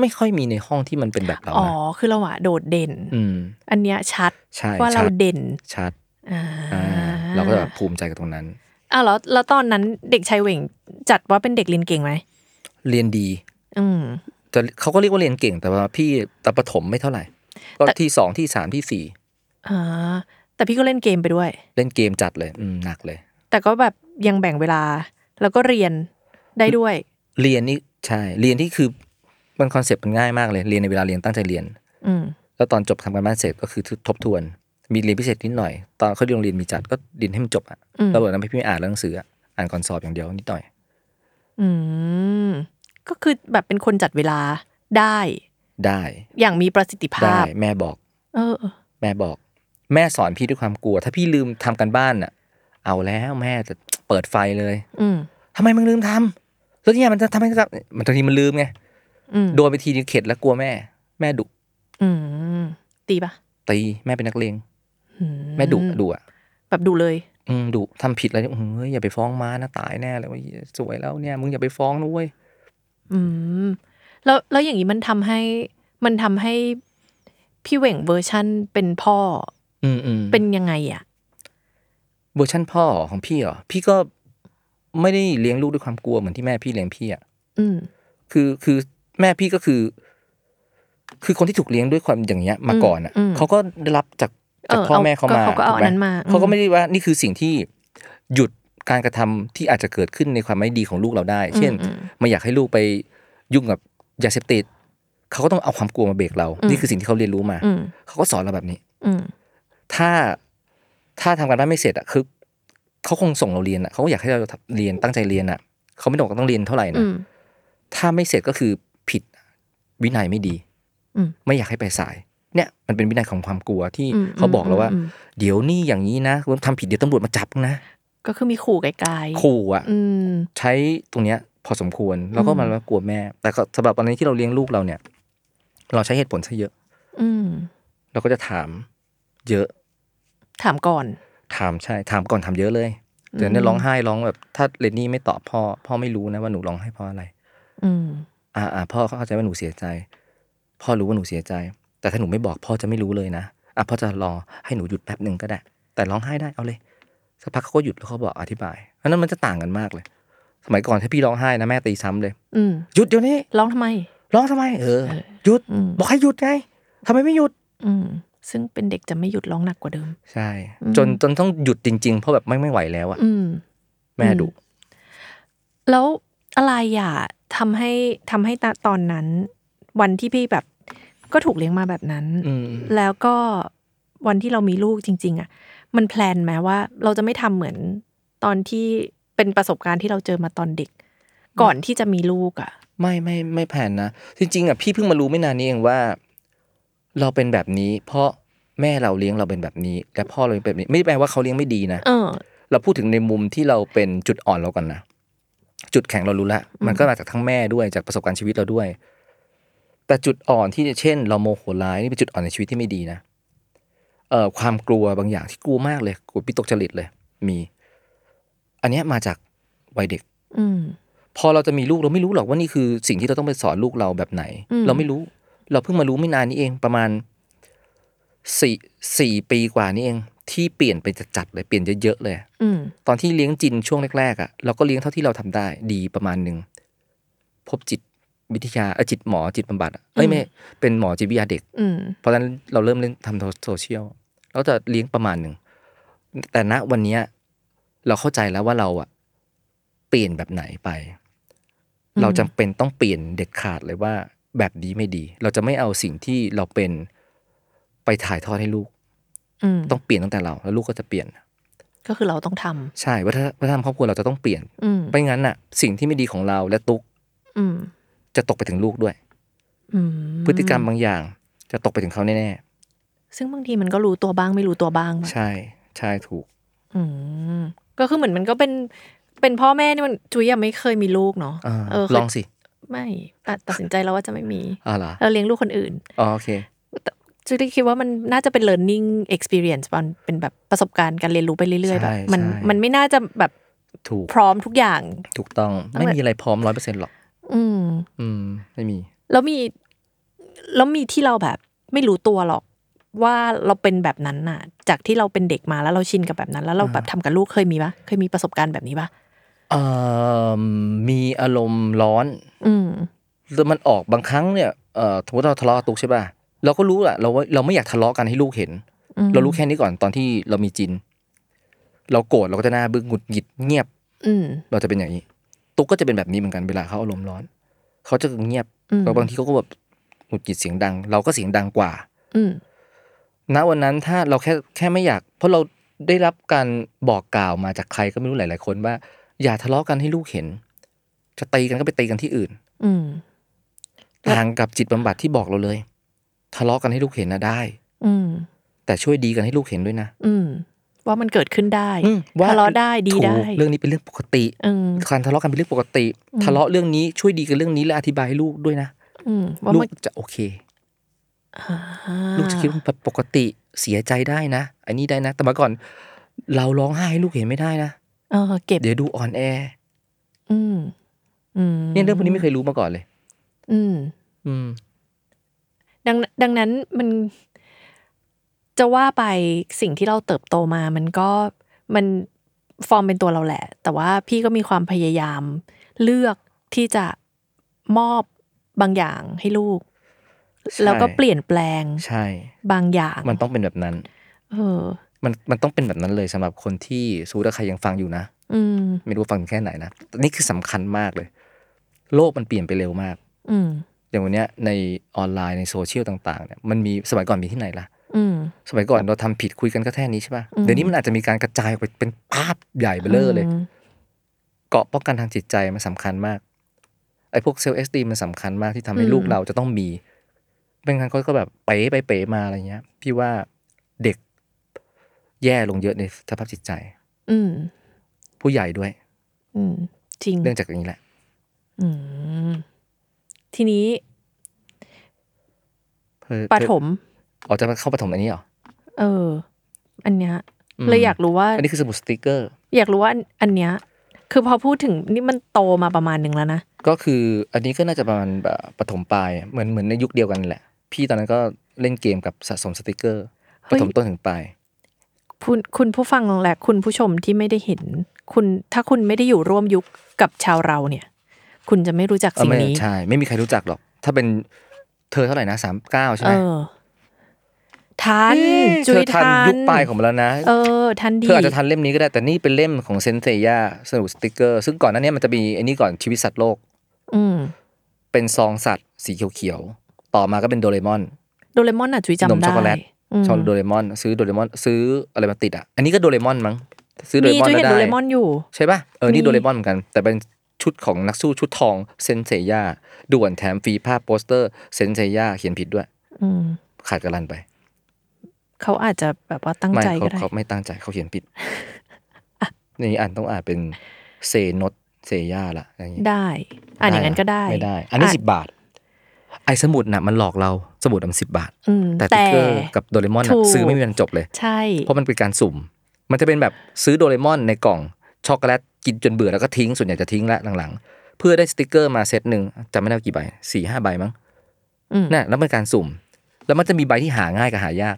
ไม่ค่อยมีในห้องที่มันเป็นแบบเรา อ๋อ นะ คือเราอะโดดเด่น อืม อันเนี้ยชัด ใช่ ว่า ชั เรา ด เด่น ชัด อ่า อ่าเราก็แบบภูมิใจกับตรงนั้น อ้าวแล้วแล้วตอนนั้นเด็กชายเหว่งจัดว่าเป็นเด็กเรียนเก่งไหม เรียนดี อืม จะเขาก็เรียกว่าเรียนเก่ง แต่ว่าพี่ตอนประถมไม่เท่าไหร่ ก็ แต่ ที่สองที่สามที่สี่ อ่า แต่พี่ก็เล่นเกมไปด้วย เล่นเกมจัดเลยอืมหนักเลย แต่ก็แบบยังแบ่งเวลา แล้วก็เรียนได้ด้วย เรียนนี่ใช่เรียนที่คือมันคอนเซ็ปต์มันง่ายมากเลยเรียนในเวลาเรียนตั้งใจเรียน อืม แล้วตอนจบทำการบ้านเสร็จก็คือทบทวน มีเรียนพิเศษนิดหน่อย ตอนเขาเรียนโรงเรียนมีจัดก็เรียนให้มันจบอ่ะ อืม แล้วแบบนั้นพี่ไม่อ่านหนังสืออะอ่านก่อนสอบอย่างเดียวนิดหน่อย อืม ก็คือแบบเป็นคนจัดเวลาได้ ได้ อย่างมีประสิทธิ ได้ ภาพ แม่บอก เออเออ แม่บอก แม่สอนพี่ด้วยความกลัว ถ้าพี่ลืมทำการบ้านอ่ะ เอาแล้วแม่จะเปิดไฟเลย อืม ทำไมมึงลืมทำแล้วเนี่ยมันจะทำให้กับมันบางทีมันลืมไง อืม โดนไปทีนึงเข็ดแล้วกลัวแม่ แม่ดุ อืมตีปะ ตีแม่เป็นนักเลง อื แม่ดุดุอ่ะ แบบดูเลย อืมดุทำผิดอะไรเนี่ยอื้อหือเฮ้ยอย่าไปฟ้องม้านะตายแน่เลยเว้ยสวยแล้วเนี่ยมึงอย่าไปฟ้องนะเว้ย อืม แล้วแล้วอย่างนี้มันทำให้ มันทำให้พี่เหว่งเวอร์ชั่นเป็นพ่อ อืมอืม เป็นยังไงอ่ะ เวอร์ชั่นพ่อของพี่เหรอพี่ก็ไม่ได้เลี้ยงลูกด้วยความกลัวเหมือนที่แม่พี่เลี้ยงพี่อ่ะ อืม คือคือแม่พี่ก็คือ คือคนที่ถูกเลี้ยงด้วยความอย่างเงี้ยมาก่อนอ่ะ อืมอืม เขาก็ได้รับจากจาก เออ พ่อแม่เขามา เขาก็เอา ถู อั ไห นนั้นมาอืม เขาก็ไม่ได้ว่านี่คือสิ่งที่หยุดการกระทำที่อาจจะเกิดขึ้นในความไม่ดีของลูกเราได้ เช่น อืม ไม่อยากให้ลูกไปยุ่งกับยาเสพติดเขาก็ต้องเอาความกลัวมาเบรกเรา อืม นี่คือสิ่งที่เขาเรียนรู้มา อืม เขาก็สอนเราแบบนี้ อืม ถ้าถ้าทำการบ้านไม่เสร็จอ่ะคือเขาคงส่งเราเรียนอ่ะเขาก็อยากให้เราเรียนตั้งใจเรียนอ่ะเขาไม่ได้บอกว่าต้องเรียนเท่าไหร่ อื นะ ม ถ้าไม่เสร็จก็คือผิดวินัยไม่ดี อืม ไม่อยากให้ไปสาย เนี่ย มันเป็นวินัยของความกลัวที่ อืม เขาบอกเราว่า อืมอืม เดี๋ยวนี่อย่างนี้นะคุณทำผิดเดี๋ยวตำรวจมาจับนะ ก็คือมีขู่ไกลๆ ขู่อ่ะ อืม ใช้ตรงเนี้ยพอสมควรแล้วก็ อืม มันมากลัวแม่ แต่ก็สำหรับวันนี้ที่เราเลี้ยงลูกเราเนี่ย เราใช้เหตุผลซะเยอะ อืม เราก็จะถามเยอะ ถามก่อน ถามใช่ ถามก่อนถามเยอะเลยเดี๋ยวเนี่ยร้องไห้ร้องแบบ ถ้าเรนนี่ไม่ตอบพ่อ พ่อไม่รู้นะว่าหนูร้องไห้เพราะอะไร อืม อ่าอ่าพ่อเข้าใจว่าหนูเสียใจ พ่อรู้ว่าหนูเสียใจ แต่ถ้าหนูไม่บอกพ่อจะไม่รู้เลยนะอ่ะพ่อจะรอให้หนูหยุดแป๊บหนึ่งก็ได้ แต่ร้องไห้ได้เอาเลยสักพักเขาก็หยุดแล้วเขาบอกอธิบายอันนั้นมันจะต่างกันมากเลย สมัยก่อนถ้าพี่ร้องไห้นะแม่ตีซ้ำเลย อืม หยุดเดี๋ยวนี้ ร้องทำไม ร้องทำไมเออหยุด อืม บอกให้หยุดไงทำไมไม่หยุด อืม ซึ่งเป็นเด็กจะไม่หยุดร้องหนักกว่าเดิม ใช่ อืม จนจนต้องหยุดจริง ๆ เพราะแบบไม่ไม่ไหวแล้วอะ อืม แม่ดุ แล้วอะไรอ่ะทำให้ทำให้ตตอนนั้น วันที่พี่แบบก็ถูกเลี้ยงมาแบบนั้น อืม แล้วก็วันที่เรามีลูกจริง ๆ อ่ะ มันแพลนไหมว่าเราจะไม่ทำเหมือนตอนที่เป็นประสบการณ์ที่เราเจอมาตอนเด็ก ก่อนที่จะมีลูกอ่ะ ไม่ไม่ไม่แผนนะ จริง ๆอ่ะพี่เพิ่งมารู้ไม่นานนี้เองว่า เราเป็นแบบนี้ เพราะแม่เราเลี้ยงเราเป็นแบบนี้ และพ่อเราเป็นแบบนี้ ไม่ได้แปลว่าเขาเลี้ยงไม่ดีนะ เออ เราพูดถึงในมุมที่เราเป็นจุดอ่อนเราก่อนนะ จุดแข็งเรารู้ละมันก็มาจากทั้งแม่ด้วยจากประสบการณ์ชีวิตเราด้วย แต่จุดอ่อนที่เช่น เราโมโหร้ายนี่เป็นจุดอ่อนในชีวิตที่ไม่ดีนะเอ่อความกลัวบางอย่างที่กลัวมากเลยกลัวปิตกจริตเลย มี อันเนี้ยมาจากวัยเด็ก อืม พอเราจะมีลูกเราไม่รู้หรอกว่านี่คือสิ่งที่เราต้องไปสอนลูกเราแบบไหน อืม เราไม่รู้ เราเพิ่งมารู้ไม่นานนี้เองประมาณสี่สี่ปีกว่านี้เอง ที่เปลี่ยนไปจัดๆเลยเปลี่ยนเยอะๆเลย อืม ตอนที่เลี้ยงจินช่วงแรกๆอ่ะเราก็เลี้ยงเท่าที่เราทำได้ดีประมาณหนึ่งพบจิตวิทยาเอ่อจิตหมอจิตบำบัดอะเอ้ยไม่เป็นหมอจิตวิทยาเด็ก อืม เพราะฉะนั้นเราเริ่มเล่นทำโซเชียลเราจะเลี้ยงประมาณหนึ่ง แต่ณวันเนี้ยเราเข้าใจแล้วว่าเราอ่ะเปลี่ยนแบบไหนไป อืม เราจำเป็นต้องเปลี่ยนเด็ดขาดเลยว่าแบบนี้ไม่ดี เราจะไม่เอาสิ่งที่เราเป็นไปถ่ายทอดให้ลูก อืม ต้องเปลี่ยนตั้งแต่เรา แล้วลูกก็จะเปลี่ยน ก็คือเราต้องทำ ใช่วัฒนวัฒนธรรมครอบครัวเราจะต้องเปลี่ยน อืม ไม่งั้นน่ะสิ่งที่ไม่ดีของเราและตุ๊ก อืม จะตกไปถึงลูกด้วย อืม พฤติกรรมบางอย่าง จะตกไปถึงเขาแน่ ซึ่งบางทีมันก็รู้ตัวบ้างไม่รู้ตัวบ้างปะ ๆใช่ใช่ถูก อืมก็คือเหมือนมันก็เป็นเป็นพ่อแม่นี่มันจุ้ยยังไม่เคยมีลูกเนาะ อ่า เออ ลองสิ ไม่ตัดตัดสินใจแล้วว่าจะไม่มี อ่าเหรอ เราเลี้ยงลูกคนอื่น อ๋อโอเค จุ้ยคิดว่ามันน่าจะเป็น learning experience มันเป็นแบบประสบการณ์การเรียนรู้ไปเรื่อยๆแบบมันมันไม่น่าจะแบบ ถูก พร้อมทุกอย่าง ถูกต้อง ต้อง ไม่ แบบ มีอะไรพร้อมร้อยเปอร์เซ็นต์หรอก อืม อืม ไม่มี แล้วมีแล้วมีที่เราแบบ ไม่รู้ตัวหรอกว่าเราเป็นแบบนั้นน่ะ จากที่เราเป็นเด็กมาแล้วเราชินกับแบบนั้น แล้วเราแบบทำกับลูกเคยมีปะเคยมีประสบการณ์แบบนี้ปะ เอ่อมีอารมณ์ร้อน อืม แล้วมันออกบางครั้งเนี่ยเอ่อสมมติเราทะเลาะกับตุ๊กใช่ป่ะเราก็รู้แหละเราว่าเราไม่อยากทะเลาะกันให้ลูกเห็น อืม เรารู้แค่นี้ก่อนตอนที่เรามีจิน เราโกรธเราก็จะหน้าบึ้งหงุดหงิดเงียบ อืม เราจะเป็นอย่างนี้ ตุ๊กก็จะเป็นแบบนี้เหมือนกันเวลาเขาอารมณ์ร้อน เขาจะเงียบ อืม แล้วบางทีเขาก็แบบหงุดหงิดเสียงดัง เราก็เสียงดังกว่า อืม ณวันนั้นถ้าเราแค่แค่ไม่อยาก เพราะเราได้รับการบอกกล่าวมาจากใครก็ไม่รู้หลาย ๆ คนว่า อย่าทะเลาะกันให้ลูกเห็น จะตีกันก็ไปตีกันที่อื่น อืม แล้ว ต่างกับจิตบำบัดที่บอกเราเลย ทะเลาะกันให้ลูกเห็นนะได้ อืม แต่ช่วยดีกันให้ลูกเห็นด้วยนะ อืม ว่ามันเกิดขึ้นได้ อืม ทะเลาะได้ดี ถูก ได้ เรื่องนี้เป็นเรื่องปกติ อืม การทะเลาะกันเป็นเรื่องปกติ ทะเลาะเรื่องนี้ช่วยดีกันเรื่องนี้และอธิบายให้ลูกด้วยนะ อืม ว่า ลู มัน กจะโอเค อ่า ลูกจะคิดว่าปกติเสียใจได้นะ อันนี้ได้นะ แต่เมาก่อน เราร้องไห้ให้ลูกเห็นไม่ได้นะ เออ เก็บ เดี๋ยวดูอ่อนแอ อืม อืม เนี่ยเรื่องพวกนี้ไม่เคยรู้มาก่อนเลย อืม อืม ดัง ดังนั้นมัน จะว่าไปสิ่งที่เราเติบโตมา มันก็มันฟอร์มเป็นตัวเราแหละ แต่ว่าพี่ก็มีความพยายาม เลือกที่จะมอบบางอย่างให้ลูก ใช่ แล้วก็เปลี่ยนแปลง ใช่ บางอย่าง มันต้องเป็นแบบนั้น เออ มันมันต้องเป็นแบบนั้นเลยสำหรับคนที่สูดใครยังฟังอยู่นะ อืม ไม่รู้ฟังแค่ไหนนะนี่คือสำคัญมากเลย โลกมันเปลี่ยนไปเร็วมาก อืม อย่างวันเนี้ยในออนไลน์ในโซเชียลต่างๆเนี่ยมันมีสมัยก่อนมีที่ไหนล่ะ อืม สมัยก่อนเราทำผิดคุยกันก็แค่นี้ใช่ป่ะ อืม เดี๋ยวนี้มันอาจจะมีการกระจายออกไปเป็นภาพใหญ่เบลอเลย ม เกราะป้องกันทางจิตใจมันสำคัญมาก ไอ้พวกเซลล์เอสดีมันสำคัญมากที่ทำให้ลูกเราจะต้องมีไม่งั้นเขาก็แบบเป๋ไปเป๋มาอะไรเงี้ย พี่ว่าเด็กแย่ลงเยอะในสภาพจิตใจ อืม ผู้ใหญ่ด้วย อืม จริง เรื่องจากอย่างนี้แหละ อืม ทีนี้ เธอ ปฐม ออกจะมาเข้าปฐมอันนี้เหรอ เออ อันเนี้ย อืม เลยอยากรู้ว่า อันนี้คือสมุดสติกเกอร์ อยากรู้ว่าอันอันเนี้ย คือพอพูดถึงนี่มันโตมาประมาณหนึ่งแล้วนะ ก็คืออันนี้ก็น่าจะประมาณแบบปฐมปลายเหมือนเหมือนในยุคเดียวกันแหละ พี่ตอนนั้นก็เล่นเกมกับสะสมสติกเกอร์ เฮ้ ป ย ฐมต้นถึงปลาย คุณคุณผู้ฟังและคุณผู้ชมที่ไม่ได้เห็น คุณถ้าคุณไม่ได้อยู่ร่วมยุคกับชาวเราเนี่ย คุณจะไม่รู้จัก เออ สิ่ง ไม่ นี้ ใช่ ไม่มีใครรู้จักหรอก ถ้าเป็นเธอเท่าไหร่นะสามเก้าใช่ เอ ไหม อ ทัน อืม จุ เธ ย อทัน ทัน ยุคปลายของมันแล้วนะ เออ ทันดี เธออาจจะทันเล่มนี้ก็ได้แต่นี่เป็นเล่มของเซนเซย่าสนุกสติกเกอร์ ซึ่งก่อนหน้านี้มันจะมีไอ้นี่ก่อนชีวิตสัตว์โลก อืม เป็นซองสัตว์สีเขียวๆ ต่อมาก็เป็นโดเรมอน โดเรมอนอ่ะจุยจำได้ นมช็อกโกแลต ม ชอบโดเรมอน ซื้อโดเรมอนซื้ออะไรมาติดอ่ะ อันนี้ก็โดเรมอนมั้งซื้อโดเร มี มอน จุยเห็แล้วน ได้ โดเรมอนอยู่ ใช่ป่ะเออ มี นี่โดเรมอนเหมือนกัน แต่เป็นชุดของนักสู้ชุดทองเซนเซย่าด่วนแถมฟรีภาพโปสเตอร์เซนเซย่าเขียนผิดด้วย อืม ขาดกระลันไป เขาอาจจะแบบว่าตั้ง ไม่ ใจ เขา ก็ได้ เขาไม่ตั้งใจเขาเขียนผิด (laughs) นี่อ่านต้องอ่านเป็นเซนตเซย่าละอย่างงี้ ได้อ่านอย่างนั้นก็ได้ ไม่ได้ อันนี้ อ่ะ สิบบาท ไอ้สมุดน่ะมันหลอกเราสมุดมันสิบบาท อืม แต่ แต่ ติ๊กเกอร์กับโดเรมอนน่ะ ถูก ซื้อไม่มีวันจบเลย ใช่ เพราะมันเป็นการสุ่ม มันจะเป็นแบบซื้อโดเรมอนในกล่องช็อกโกแลตกินจนเบื่อแล้วก็ทิ้งส่วนใหญ่จะทิ้งละหลังๆ เพื่อได้สติกเกอร์มาเซตหนึ่งจำไม่ได้ว่ากี่ใบสี่ห้าใบมั้ง อืม น่ะแล้วเป็นการสุ่ม แล้วมันจะมีใบที่หาง่ายกับหายาก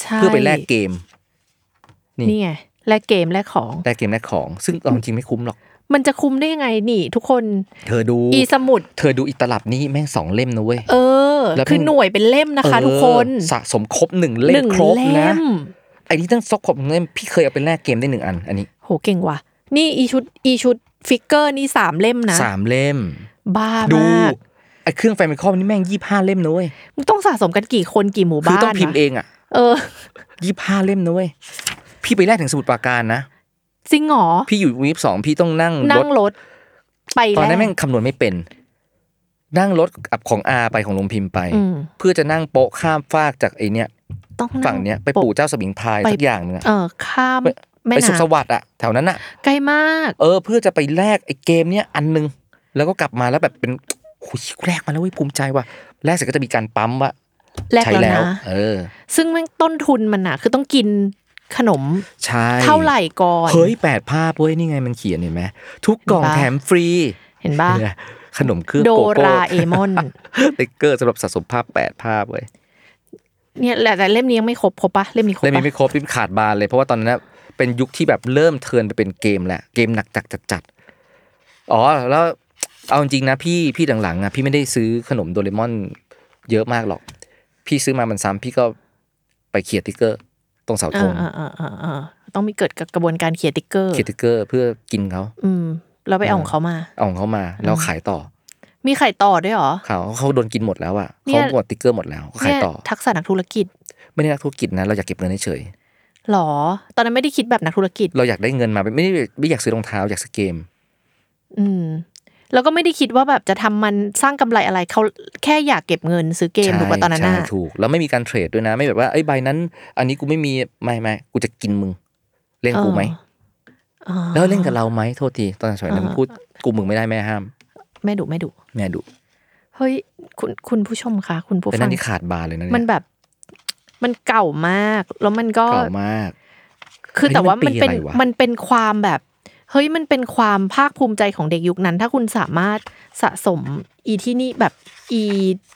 ใช่ เพื่อไปแลกเกม นี่ นี่ไงแลกเกมแลกของ แลกเกมแลกของ ซึ่งเอาจริงๆไม่คุ้มหรอก มันจะคุ้มได้ยังไงนี่ ทุกคน เธอดู อีสมุด เธอดูอีตลับนี้แม่งสองเล่มนะเว้ย เออ แล้ว คือ เพิ่ง หน่วยเป็นเล่มนะคะ เออ ทุกคน สะสมครบหนึ่งเล่ ห ม นึ่ง ครบ เล่ นะ ม ไอ้นี่ตั้งซอกขอบเล่มพี่เคยเอาไปแลกเกมได้หนึ่งอัน อันนี้ โหเก่งว่ะ นี่อีชุดอีชุดฟิกเกอร์นี่สามเล่มนะ สามเล่ม บ้า ดู มาก ไอ้เครื่องไฟมันครอบนี่แม่งยี่ห้าเล่มนะเว้ย มึงต้องสะสมกันกี่คนกี่หมู่ คื บ้า อน ต้องพิมพ์ วะ เองอ่ะ เออ ยี่ห้าเล่มนะเว้ยพี่ไปแลกถึงสมุดปราการนะ จริงเหรอ พี่อยู่วีบสองพี่ต้องนั่งร นั่ ถ งรถ ไป ตอแล้นว นั้นแม่งคำนวณไม่เป็น นั่งรถอับของอาไปของลงพิมพ์ไป อืม เพื่อจะนั่งโปะข้ามฟากจากไอเนี้ย ต้อง ฝั่งเนี้ยไปปู่เจ้าสมิงพรายสักอย่างหนึงอะ เออข้ามแม่ ไปสุขส น้ำ วัสดิ์อะแถวนั้นอะ ใกล้มาก เออเพื่อจะไปแลกไอ้เกมเนี้ยอันนึง แล้วก็กลับมาแล้วแบบเป็นโอ้ยแลกมาแล้วเว้ยภูมิใจว่ะแลกเสร็จก็จะมีการปั๊มว่า แลก ใช้ แล้ว แล้ว นะ เออ ซึ่งแม่งต้นทุนมันอะคือต้องกินขนม ใช่ เท่าไหร่ก่อน เฮ้ยแปดภาพเว้ยนี่ไงมันเขียนเห็นไหมทุกกล่อง เห็นปะ แถมฟรี เห็นป่ะ เนี่ยขนมเครื่อง โด โกโก้ ราเอมอน (laughs) สติ๊กเกอร์สำหรับสะสมภาพแปดภาพเว้ย เนี่ยแหละแต่เล่มนี้ยังไม่ครบครบปะเล่มนี้ครบ แล้วมี ปะ ไม่ครบรีบขาดบานเลยเพราะว่าตอนนั้นนะเป็นยุคที่แบบเริ่มเทิร์นไปเป็นเกมแหละเกมหนักจัดจัดจัดๆอ๋อแล้วเอาจริงๆนะพี่พี่หลังๆอ่ะพี่ไม่ได้ซื้อขนมโดเรมอน เยอะมากหรอก พี่ซื้อมามันซ้ำพี่ก็ไปเขียนติ๊กเกอร์ ตรงเสาธง อ่าอ่าอ่าอ่าอ่าต้องมีเกิดกับกระบวนการเขียนติ๊กเกอร์ เขียนติ๊กเกอร์เพื่อกินเขา อืมแล้วไปเอาของเขามา เอาของเขามา แล้วขายต่อ มีไข่ต่อด้วยเหรอ เขาเขาโดนกินหมดแล้วอ่ะ เนี่ เขา ย หมดติ๊กเกอร์หมดแล้วก็ขายต่อ เนี่ยทักษะนักธุรกิจ ไม่ได้นักธุรกิจนะเราอยากเก็บเงินเฉย หรอ ตอนนั้นไม่ได้คิดแบบนักธุรกิจ ๆเราอยากได้เงินมาไม่ได้ไม่อยากซื้อรองเท้าอยากซื้อเกม อืม แล้วก็ไม่ได้คิดว่าแบบจะทำมันสร้างกำไรอะไรเขาแค่อยากเก็บเงินซื้อเกมถูกป่ะตอนนั้น ใช่ น่ะ ใช่ถูกแล้วไม่มีการเทรดด้วยนะ ไม่แบบว่าไอ้ยใบนั้น อันนี้กูไม่มีไม่ไม่กูจะกินมึง เล่นกูไหม อ๋อ แล้วเล่นกับเราไหมโทษทีตอนสมัยนั้นพูดกูมึงไม่ได้แม่ห้าม ไม่ดุไม่ดุ แม่ดุ เฮ้ยคุณคุณผู้ชมคะคุณผู้ เป็น ฟั นั่ ง นที่ขาดบานเลยนะเนี่ย มันแบบ มันเก่ามาก แล้วมันก็ เก่ามาก คือแต่ว่า อั มัน นนี้ เป็น มันปีอะไรวะ มันเป็นความแบบเฮ้ยมันเป็นความภาคภูมิใจของเด็กยุคนั้น ถ้าคุณสามารถสะสมอีที่นี่แบบอี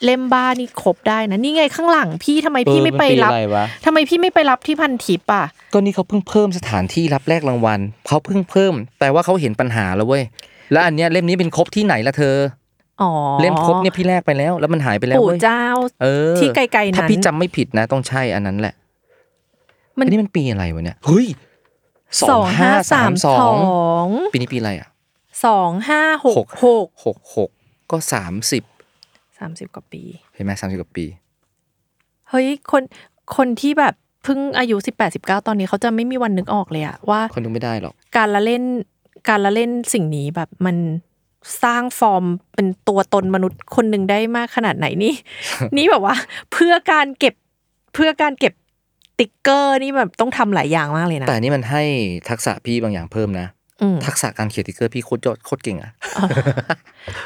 เล่มบ้านี่ครบได้นะนี่ไงข้างหลังพี่ทำไมพี่ไม่ไปรับ เออมันปีอะไรวะ ทำไมพี่ไม่ไปรับที่พันทิปอ่ะ ก็นี่เขาเพิ่งเพิ่มสถานที่รับแลกรางวัลเขาเพิ่งเพิ่ม แต่ว่าเขาเห็นปัญหาแล้วเว้ยแล้วอันเนี้ยเล่มนี้เป็นครบที่ไหนละเธอ อ๋อ อเล่มครบเนี่ยพี่แลกไปแล้ว แล้วมันหายไปแล้ว ปู่ เว้ย เจ้า เออ ที่ไกลๆนั้น ถ้าพี่จำไม่ผิดนะ ต้องใช่อันนั้นแหละ มัน อันนี้มันปีอะไรวะเนี่ย เฮ้ย สองห้าสามสอง ปีนี้ปีอะไรอ่ะ สองห้าหกหก หกหกก็สามสิบ สามสิบกว่าปี เห็นไหมสามสิบกว่าปี เฮ้ยคนคนที่แบบเพิ่งอายุสิบแปดสิบเก้าตอนนี้เขาจะไม่มีวันนึกออกเลยอะว่า คนนึงไม่ได้หรอก การละเล่นการละเล่นสิ่งนี้แบบมันสร้างฟอร์มเป็นตัวตนมนุษย์คนหนึ่งได้มากขนาดไหนนี่ (laughs) นี่แบบว่า เพื่อการเก็บเพื่อการเก็บติ๊กเกอร์นี่แบบต้องทำหลายอย่างมากเลยนะ แต่นี่มันให้ทักษะพี่บางอย่างเพิ่มนะ อืม ทักษะการเขียนติ๊กเกอร์พี่โคตรยอดโคตรเก่งอ่ะ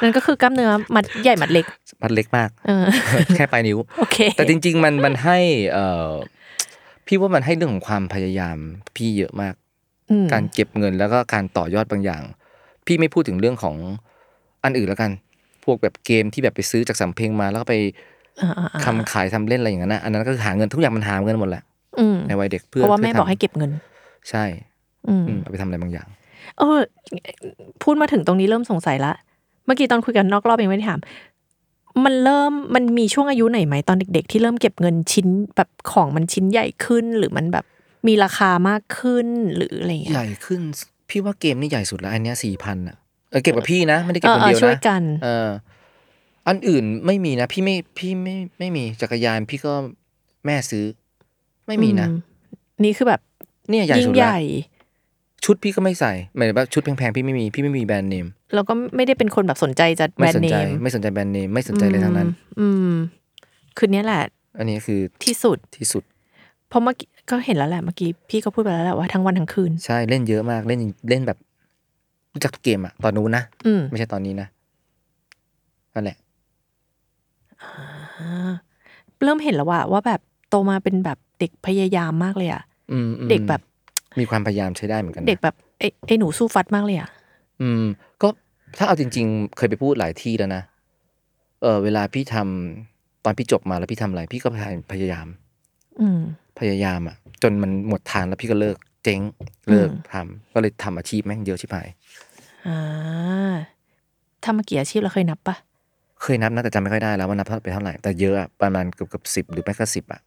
นั่นก็คือกล้ามเนื้อมัดใหญ่มัดเล็ก มันเล็ก (laughs) มาก เอ (laughs) อ แค่ปลายนิ้ว โอเค แต่จริง ๆ มันมันให้เอ่อพี่ว่ามันให้เรื่องของความพยายามพี่เยอะมาก อืม การเก็บเงินแล้วก็การต่อยอดบางอย่าง พี่ไม่พูดถึงเรื่องของอันอื่นแล้วกัน พวกแบบเกมที่แบบไปซื้อจากสำเพ็งมาแล้วก็ไป อ่าอ่าอ่า ทำขายทำเล่นอะไรอย่างนั้นนะอันนั้นก็คือหาเงินทุกอย่างมันหาเงินหมดแหละ อืม ในวัยเด็กเพื่อ เพราะว่าแม่ พื่ทำ บอกให้เก็บเงิน ใช่ อืม อืมเอาไปทำอะไรบางอย่าง เออ พูดมาถึงตรงนี้เริ่มสงสัยละ เมื่อกี้ตอนคุยกันนอกรอบยังไม่ได้ถาม มันเริ่มมันมีช่วงอายุไหนไหมตอนเด็ก ๆ ที่เริ่มเก็บเงินชิ้นแบบของมันชิ้นใหญ่ขึ้น หรือมันแบบมีราคามากขึ้นหรืออะไรอย่างเงี้ ให ย ญ่ขึ้น พี่ว่าเกมนี่ใหญ่สุดแล้วอันเนี้ยสี่พันอ่ะเออเก็บกับพี่นะ ไม่ได้เก็บคน เออ เดียว เออช่วย นะ กัน เอออันอื่นไม่มีนะพี่ไม่พี่ไม่ไม่มีจักรยานพี่ก็แม่ซื้อ ไม่มีนะ อืนี่คือแบบ เนี่ยใหญ่ ยิ่ง สุด ให ละ ญ่ ชุดพี่ก็ไม่ใส่หมายถึงว่าชุดแพงๆพี่ไม่มีพี่ไม่มีแบรนด์เนม แล้วก็ไม่ได้เป็นคนแบบสนใจจะแบ ไม่ รน ส ด์ น เน ใจ ม ไม่สนใจแบรนด์เนมไม่สนใจอะไรทั้งนั้น อืมอืมคือเนี้ยแหละ อันนี้คือ ที่สุด ที่สุด เพราะเมื่อกี้ก็เห็นแล้วแหละเมื่อกี้พี่ก็พูดไปแล้วแหละว่าทั้งวันทั้งคืน ใช่เล่นเยอะมากเล่นเล่นแบบรู้จักทุกเกมอะตอนนู้นนะ อืม ไม่ใช่ตอนนี้นะนั่นแหละ อ่าเริ่มเห็นแล้วว่าว่าแบบโตมาเป็นแบบเด็กพยายามมากเลยอะ อืมอืม เด็กแบบ มีความพยายามใช้ได้เหมือนกันนะ เด็กแบบไอ้ไอ้หนูสู้ฟัดมากเลยอะ อืมก็ถ้าเอาจริง ๆ เคยไปพูดหลายที่แล้วนะ เออเวลาพี่ทำตอนพี่จบมาแล้วพี่ทำอะไร พี่ก็พยายามพยายาม อืม พยายามอ่ะ จนมันหมดทางแล้วพี่ก็เลิกเจ๊งเลิก อืม ทำก็เลยทำอาชีพแม่งเยอะชิบหาย อ่าทำมากี่อาชีพเราเคยนับปะ เคยนับนะแต่จำไม่ค่อยได้แล้วว่านับเท่าไปเท่าไหร่แต่เยอะอะประมาณเกือบเกือบสิบหรือไม่ก็สิบอ่ะ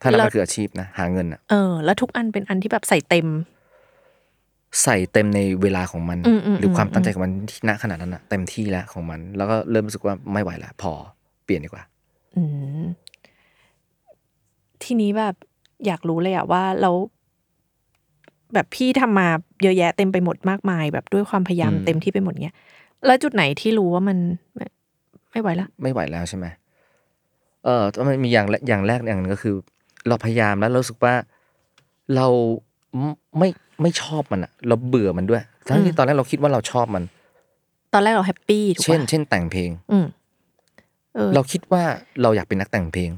ถ้านับมันคืออาชีพนะหาเงินอ่ะ เออ แล้วทุกอันเป็นอันที่แบบใส่เต็ม ใส่เต็มในเวลาของมัน อืมอืม หรือความตั้งใจ อืม ของมันที่ณขนาดนั้นอ่ะเต็มที่แล้วของมัน แล้วก็เริ่มรู้สึกว่าไม่ไหวละพอเปลี่ยนดีกว่า อืมทีนี้แบบอยากรู้เลยอะว่าแล้วแบบพี่ทำมาเยอะแยะเต็มไปหมดมากมาย แบบด้วยความพยายาม อืม เต็มที่ไปหมดเนี้ย แล้วจุดไหนที่รู้ว่ามันไม่ไม่ไหวละ ไม่ไหวแล้วใช่ไหม เออแต่มันมีอย่างแรอย่างแรกอย่างหนึงก็คือ เราพยายามแล้วเรารู้สึกว่าเราไม่ไม่ไม่ชอบมันอะเราเบื่อมันด้วย ทั้งที่ตอนแรกเราคิดว่าเราชอบมัน ตอนแรกเราแฮปปี้ถูก เช่น ปะ เช่นแต่งเพลง อืม เออ เราคิดว่าเราอยากเป็นนักแต่งเพลง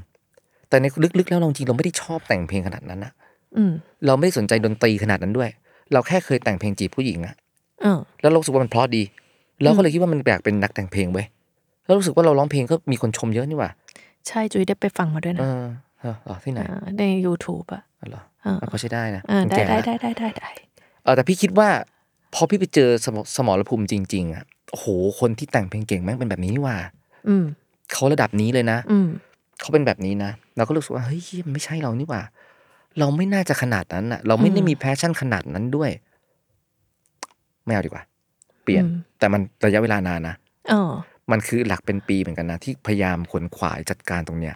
แต่ในลึกๆแล้วเราจริงๆเราไม่ได้ชอบแต่งเพลงขนาดนั้นอะ อืม เราไม่ได้สนใจดนตรีขนาดนั้นด้วย เราแค่เคยแต่งเพลงจีบผู้หญิงอะ เออ แล้วเรารู้สึกว่ามันเพราะดี เราก็เลยคิดว่ามันอยากเป็นนักแต่งเพลงเว้ยแล้วรู้สึกว่าเราร้องเพลงก็มีคนชมเยอะนี่หว่า ใช่จุ้ยได้ไปฟังมาด้วย เอ นะ อเออเหรอที่ไหน อ่าใน YouTube อะ อ๋อเหรอ เออ เออพอใช้ได้นะ เออได้ มันแก่ ได้ แล้ว ได้ได้ได้ได้ เออแต่พี่คิดว่าพอพี่ไปเจอสมสมรภูมิจริง ๆอ่ะโอ้โหคนที่แต่งเพลงเก่งแม่งเป็นแบบนี้นี่หว่า อืม เขาระดับนี้เลยนะ อืม เขาเป็นแบบนี้นะเราก็รู้สึกว่าเฮ้ยมันไม่ใช่เรานี่หว่า เราไม่น่าจะขนาดนั้นอ่ะ เราไม่ได้ อืม มีแพชชั่นขนาดนั้นด้วยไม่เอาดีกว่า เปลี่ยน อืม แต่มันระยะเวลานานนะ เออ มันคือหลักเป็นปีเหมือนกันนะที่พยายามขวนขวายจัดการตรงเนี้ย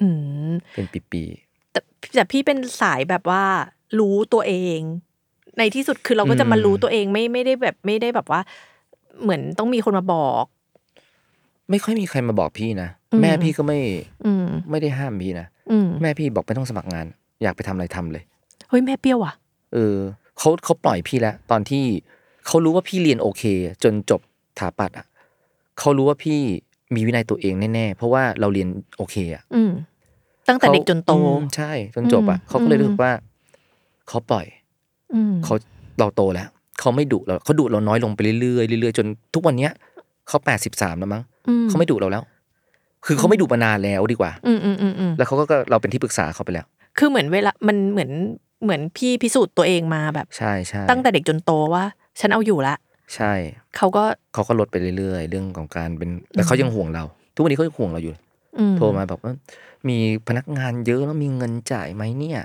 อืม เป็นปี แต่แต่พี่เป็นสายแบบว่ารู้ตัวเอง ในที่สุดคือเราก็จะมารู้ตัวเองไม่ไม่ได้แบบไม่ได้แบบว่า เหมือนต้องมีคนมาบอก ๆไม่ค่อยมีใครมาบอกพี่นะ อืม แม่พี่ก็ไม่ อืม ไม่ได้ห้ามพี่นะ อืม แม่พี่บอกไม่ต้องสมัครงาน อยากไปทำอะไรทำเลย เฮ้ยแม่เปรี้ยวอ่ะ เออเขาเขาปล่อยพี่แล้ว ตอนที่เขารู้ว่าพี่เรียนโอเค จนจบถาปัดอ่ะเขารู้ว่าพี่มีวินัยตัวเองแน่ๆ เพราะว่าเราเรียนโอเคอ่ะ อืม ตั้งแต่เด็กจนโต อืมใช่ จนจบอ่ะ อืม เขาก็เลยรู้สึกว่าเขาปล่อย อืม เขาเราโตแล้วเขาไม่ดุเราเขาดุเราน้อยลงไปเรื่อยๆเรื่อยๆจนทุกวันเนี้ยเขาแปดสิบสามแล้วมั้ง อื เขาไม่ดุเราแล้ว คือเขาไม่ดุมานานแล้วดีกว่า อืมอืมอืมอืม แล้วเขาก็ก็เราเป็นที่ปรึกษาเขาไปแล้ว คือเหมือนเวลามันเหมือนเหมือนพี่พิสูจน์ตัวเองมาแบบ ใช่ใช่ ตั้งแต่เด็กจนโตว่า ฉันเอาอยู่ละ ใช่ เขาก็ เขาก็ลดไปเรื่อยๆ เรื่องของการเป็น แต่เขายังห่วงเรา ทุกวันนี้เขายังห่วงเราอยู่ อืม โทรมาบอกว่า มีพนักงานเยอะแล้วมีเงินจ่ายไหมเนี่ย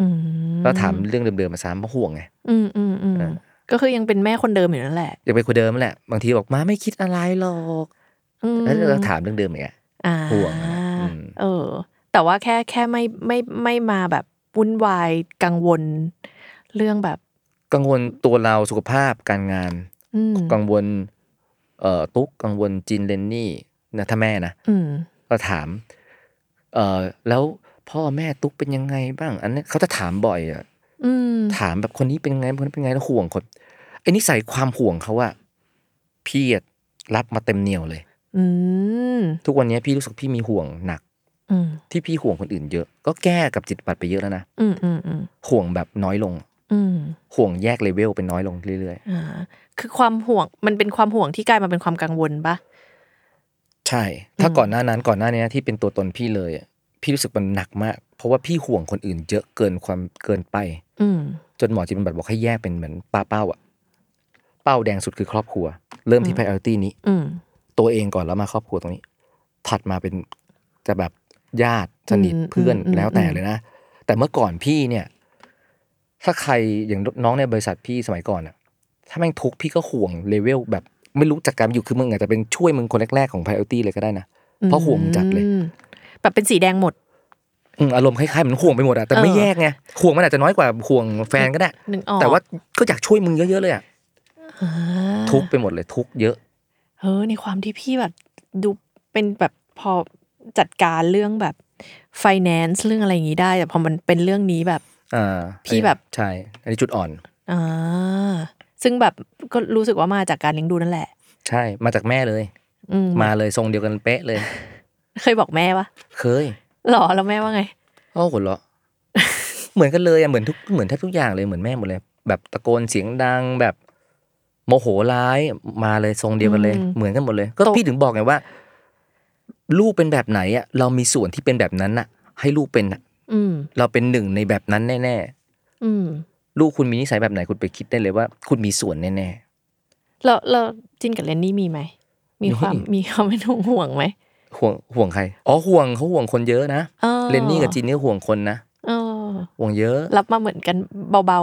อืม แล้วถามเรื่องเดิมๆมาซ้ำเพราะห่วงไง อืมอืมอืม เออ ก็คือยังเป็นแม่คนเดิมอยู่นั่นแหละ อยากไปคุยเดิมแหละ บางทีบอกมาไม่คิดอะไรหรอก อืม แล้วเราถามเรื่องเดิมอีกอะ อ่า ห่วงอะนะอืม เออ แต่ว่าแค่แค่ไม่ไม่ไม่มาแบบวุ่นวายกังวล เรื่องแบบ กังวลตัวเราสุขภาพการงาน อืม กังวล เอ่อตุ๊กกังวลจินเลนนี่นะถ้าแม่นะ อืม ก็ถาม เอ่อแล้วพ่อแม่ตุ๊กเป็นยังไงบ้าง อันนี้เขาจะถามบ่อยอะ อืม ถามแบบคนนี้เป็นไงคนนั้นเป็นไงแล้วห่วงคนไอ้นิสัยความห่วงเขาอะพี่อะรับมาเต็มเหนียวเลย อืม ทุกวันนี้พี่รู้สึกพี่มีห่วงหนัก อืม ที่พี่ห่วงคนอื่นเยอะ ก็แก้กับจิตปัดไปเยอะแล้วนะ อืมอืมอืม ห่วงแบบน้อยลง อืม ห่วงแยกเลเวลเป็นน้อยลงเรื่อย อ่า คือความห่วงมันเป็นความห่วงที่กลายมาเป็นความกังวลปะ ๆ ใช่ ถ้า อืม ก่อนหน้านั้นก่อนหน้านี้ที่เป็นตัวตนพี่เลยอะพี่รู้สึกมันหนักมาก เพราะว่าพี่ห่วงคนอื่นเยอะเกินความเกินไป อืม จนหมอจิตบำบัดบอกให้แยกเป็นเหมือนป้าเป้าอะเป้าแดงสุดคือครอบครัว เริ่มที่ priority นี้ อืม ตัวเองก่อนแล้วมาครอบครัวตรงนี้ ถัดมาเป็นจะแบบญาติสนิท อืม เพื่อน อืม แล้วแต่ อืม เลยนะ แต่เมื่อก่อนพี่เนี่ย ถ้าใครอย่างน้องในบริษัทพี่สมัยก่อนอะถ้าแม่งทุกข์พี่ก็ห่วงเลเวลแบบไม่รู้จักการอยู่คือมึงอาจจะเป็นช่วยมึงคนแรกๆของ p r i o r i t y เลยก็ได้นะ เพราะห่วงจัดเลย อืมแบบเป็นสีแดงหมด อืมอารมณ์คล้ายๆเหมือนห่วงไปหมดอะแต่ไม่ เออ แยกไงห่วงมันอาจจะน้อยกว่าห่วงแฟนก็ได้ นึกออก แต่ว่าก็อยากช่วยมึงเยอะๆเลยอะ อ่า ทุกข์ไปหมดเลยทุกข์เยอะ เออในความที่พี่แบบดูเป็นแบบพอจัดการเรื่องแบบ finance เรื่องอะไรอย่างนี้ได้ แต่พอมันเป็นเรื่องนี้แบบ อ่า พี่แบบ ใช่ อันนี้จุดอ่อน อ่าซึ่งแบบก็รู้สึกว่ามาจากการเลี้ยงดูนั่นแหละ ใช่มาจากแม่เลย อืม มาเลยทรงเดียวกันเป๊ะ (laughs) เลย เคยบอกแม่ปะ เคย หรอแล้วแม่ว่าไง อ้อหัว (laughs) เราะ เหมือนกันเลยอะเหมือนทุกเหมือนแทบทุกอย่างเลยเหมือนแม่หมดเลย แบบตะโกนเสียงดังแบบ โมโหร้ายมาเลยทรงเดียวกันเลย อืม เหมือนกันหมดเลย ก็ ตก พี่ถึงบอกไงว่า ลูกเป็นแบบไหนอะเรามีส่วนที่เป็นแบบนั้นอะให้ลูกเป็นอะ อืม เราเป็นหนึ่งในแบบนั้นแน่ อืม ๆลูกคุณมีนิสัยแบบไหนคุณไปคิดได้เลยว่า คุณมีส่วนแน่ๆ แล้วแล้วจินกับเลนนี่มีไหมมีความ นี่ มีความเป็นห่วงไหม ห่วงห่วงใคร อ๋อห่วงเขาห่วงคนเยอะนะ ออ เลนนี่กับจีนนี่ห่วงคนนะ เออ ห่วงเยอะ รับมาเหมือนกันเบา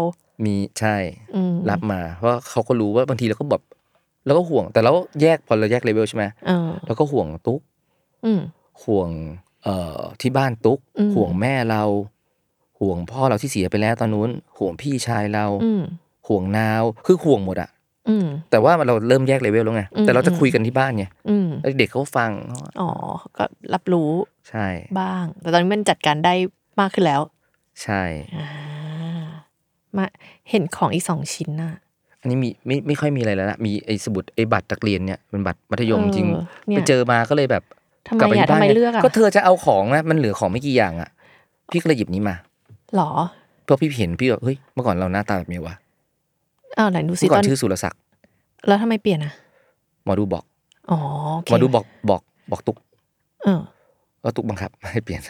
มีใช่ ๆอืม รับมา เพราะเขาก็รู้ว่าบางทีเราก็แบบเราก็ห่วง แต่เราแยกพอเราแยกเลเวลใช่ไหม เออ เราก็ห่วงตุ๊ก อืม ห่วงเอ่อที่บ้านตุ๊ก อืม ห่วงแม่เรา ห่วงพ่อเราที่เสียไปแล้วตอนนู้น ห่วงพี่ชายเรา อืม ห่วงนาวคือห่วงหมดอะ อืม แต่ว่าเราเริ่มแยกเลเวลแล้วไง อืม แต่เราจะคุยกันที่บ้านไง อืม แล้วเด็กเขาฟัง อ๋อก็รับรู้ ใช่ บ้าง แต่ตอนนี้มันจัดการได้มากขึ้นแล้ว ใช่ อ่ามาเห็นของอีกสองชิ้นน่ะ อันนี้มีไม่ไม่ค่อยมีอะไรแล้วละมีไอ้สมุดไอ้บัตรตักเรียนเนี่ยเป็นบัตรมัธยม เออ จริง เนี่ย ไปเจอมาก็เลยแบบ ทำไม กลับไป อ่ะ ที่บ้า ทำ น ไม เนี่ย เลือกอ่ะ ก็เธอจะเอาของนะมันเหลือของไม่กี่อย่างอ่ะ พี่ก็เลยหยิบนี้มา หรอ เพราะพี่เห็นพี่แบบเฮ้ยเมื่อก่อนเราหน้าตาแบบนี้วะ อ้าวไหนดูสิ เมื่อก่ ตออน นชื่อสุรศักดิ์ แล้วทำไมเปลี่ยนอ่ะ หมอดูบอก อ๋อโอเค หมอดูบอกบอกบอกตุก เออ แล้วตุกบังคับ (laughs) ให้เปลี่ยน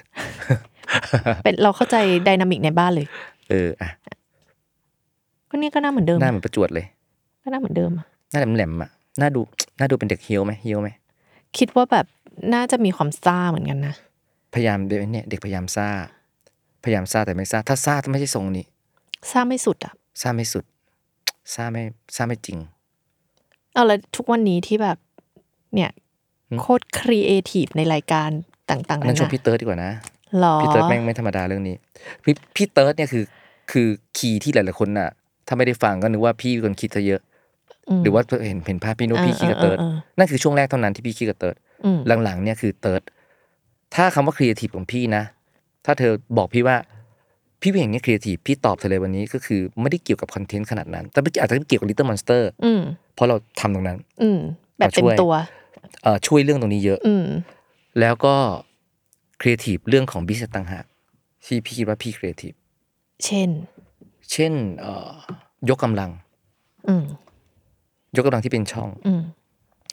เป็นเราเข้าใจไดนามิกในบ้านเลย เอออ่ะ ก็เนี่ยก็หน้าเหมือนเดิม หน้าเหมือนประจวดเลย ก็หน้าเหมือนเดิมอะ หน้าแหลมแหลมๆอ่ะหน้าดูหน้าดูเป็นเด็กเฮียวไหมเฮียวไหม คิดว่าแบบน่าจะมีความซ่าเหมือนกันนะ พยายามเด็กเนี่ยเด็กพยายามซ่า พยายามซ่าแต่ไม่ซ่าถ้าซ่าไม่ใช่ทรงนี้ ซ่าไม่สุดอ่ะ ซ่าไม่สุดซ่าไม่ซ่าไม่จริง เอาละทุกวันนี้ที่แบบ เนี่ย หืม โคตรครีเอทีฟในรายการต่างๆ นั่ นั้น น ชม นะ พี่เติร์ดดีกว่านะ หรอ พี่เติร์ดแม่งไม่ธรรมดาเรื่องนี้ พี่พี่เติร์ดเนี่ยคือคือคีย์ที่หลายๆคนน่ะ ถ้าไม่ได้ฟังก็นึกว่าพี่เป็นคนคิดซะเยอะ ม หรือว่าเห็นเห็นภาพพี่นุ๊กพี่คิดกับเติร์ด ออ นั่นคือช่วงแรกเท่านั้นที่พี่คิดกับเติร์ด เออเอออืม หลังๆเนี่ยคือเติร์ดถ้าคำว่าครีเอทีฟของพี่นะ ถ้าเธอบอกพี่ว่า พี่เป็นอย่างเงี้ยครีเอทีฟพี่ตอบเธอเลยวันนี้ก็คือไม่ได้เกี่ยวกับคอนเทนต์ขนาดนั้น แต่อาจจะเกี่ยวกับลิตเติ้ลมอนสเตอร์ อืม เพราะเราทำตรงนั้น อืมแบบเต็ ช่ ม วย ตัว เอ่อช่วยเรื่องตรงนี้เยอะ อืม แล้วก็ครีเอทีฟเรื่องของบิสต่างหากที่พี่คิดว่าพี่ครีเอทีฟ เช่น เช่นเอ่อยกกำลัง อืม ยกกำลังที่เป็นช่อง อืม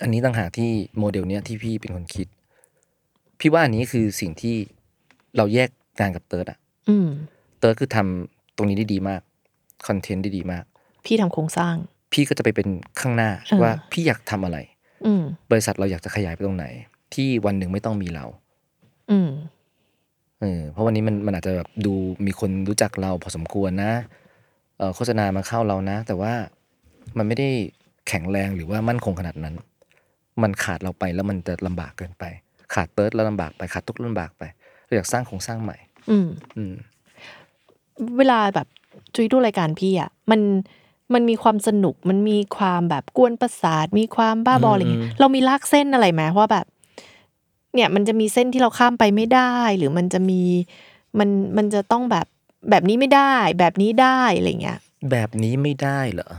อันนี้ต่างหากที่โมเดลเนี้ยที่พี่เป็นคนคิด พี่ว่าอันนี้คือสิ่งที่เราแยกงานกับเติร์ดอะ อืม เติร์ดคือทำตรงนี้ได้ดีมากคอนเทนต์ได้ดีมาก พี่ทำโครงสร้าง พี่ก็จะไปเป็นข้างหน้า เออ ว่าพี่อยากทำอะไร อืม บริษัทเราอยากจะขยายไปตรงไหน ที่วันหนึ่งไม่ต้องมีเรา อืม เออเพราะวันนี้มันมันอาจจะแบบดูมีคนรู้จักเราพอสมควรนะเอ่อโฆษณามาเข้าเรานะ แต่ว่ามันไม่ได้แข็งแรงหรือว่ามั่นคงขนาดนั้น มันขาดเราไปแล้วมันจะลำบากเกินไป ขาดเติร์ดแล้วลำบากไปขาดทุกข์แล้วลำบากไปเราอยากสร้างโครงสร้างใหม่ อืม อืม เวลาแบบจุยดูรายการพี่อ่ะมันมันมีความสนุกมันมีความแบบกวนประสาท มีความบ้าบออะไรเงี้ยเรามีลากเส้นอะไรไหมว่าแบบ เนี่ยมันจะมีเส้นที่เราข้ามไปไม่ได้ หรือมันจะมีมันมันจะต้องแบบแบบนี้ไม่ได้ แบบนี้ได้อะไรเงี้ย แบบนี้ไม่ได้เหรอ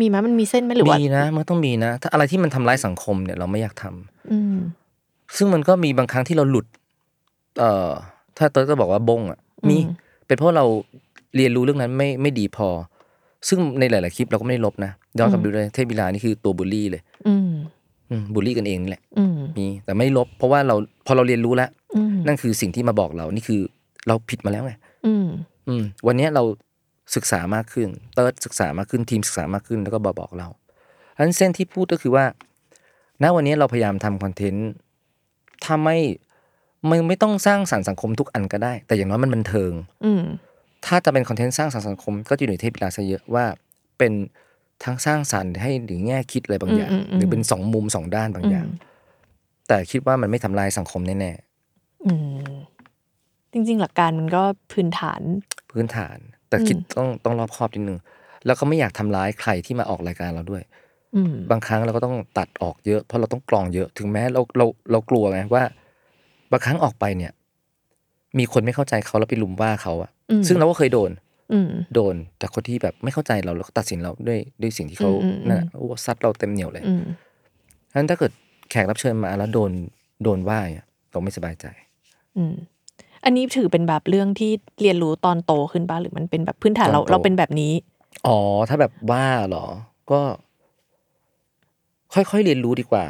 มีไหมมันมีเส้นไหมหรือว่า มีนะมันต้องมีนะ ถ้าอะไรที่มันทำร้ายสังคมเนี่ยเราไม่อยากทำ อืม ซึ่งมันก็มีบางครั้งที่เราหลุด เอ่อ ถ้าเติร์ดก็บอกว่าบงอ่ะ อืม มี เป็นเพราะเราเรียนรู้เรื่องนั้นไม่ไม่ดีพอ ซึ่งในหลาย ๆ คลิปเราก็ไม่ได้ลบนะย้อนกลับไปดูเลยเทพบิลานี่คือตัวบูลลี่เลย อืม อืมบูลลี่กันเองนี่แหละ อืม มี แต่ไม่ลบ เพราะว่าเราพอเราเรียนรู้แล้ว อืม นั่นคือสิ่งที่มาบอกเรา นี่คือเราผิดมาแล้วไง อืม อืม วันเนี้ยเราศึกษามากขึ้น เติร์ดศึกษามากขึ้น ทีมศึกษามากขึ้น แล้วก็บอกบอกเราอันเส้นที่พูดก็คือว่า ณ วันนี้เราพยายามทำคอนเทนต์ ถ้าไม่ไม่ไม่ต้องสร้างสรรค์สังคมทุกอันก็ได้ แต่อย่างน้อยมันบันเทิง อืม ถ้าจะเป็นคอนเทนต์สร้างสรรค์สังคม ก็จะอยู่ในเทพกีฬาซะเยอะว่าเป็นทั้งสร้างสรรค์ให้หรือแง่คิดอะไรบางอย่าง อืมอืมอืม หรือเป็นสองมุมสองด้านบางอย่าง แต่คิดว่ามันไม่ทำลายสังคมแน่ อืมจริง ๆ หลักการมันก็พื้นฐาน ๆพื้นฐาน แต่คิดต้องต้องรอบคอบนิดนึงแล้วก็ไม่อยากทำร้ายใครที่มาออกรายการเราด้วย อืม บางครั้งเราก็ต้องตัดออกเยอะ เพราะเราต้องกรองเยอะถึงแม้เราเราเรากลัวไงว่าบางครั้งออกไปเนี่ย มีคนไม่เข้าใจเขาแล้วไปลุมว่าเขาอะ อืม ซึ่งเราก็เคยโดน อืม โดนแต่คนที่แบบไม่เข้าใจเราแล้วก็ตัดสินเราด้วยด้วยสิ่งที่เขา อืมอืม นั่นน่ะโอ้ซัดเราเต็มเหนียวเลย อืม ฉะนั้นถ้าเกิดแขกรับเชิญมาแล้วโดนโดนว่าอย่างเงี้ยเราไม่สบายใจ อืมอันนี้ถือเป็นแบบเรื่องที่เรียนรู้ตอนโตขึ้นป่ะหรือมันเป็นแบบพื้นฐานเรา ตอนโต เราเป็นแบบนี้ อ๋อ ถ้าแบบว่าเหรอ ก็ ค่อยๆเรียนรู้ดีกว่า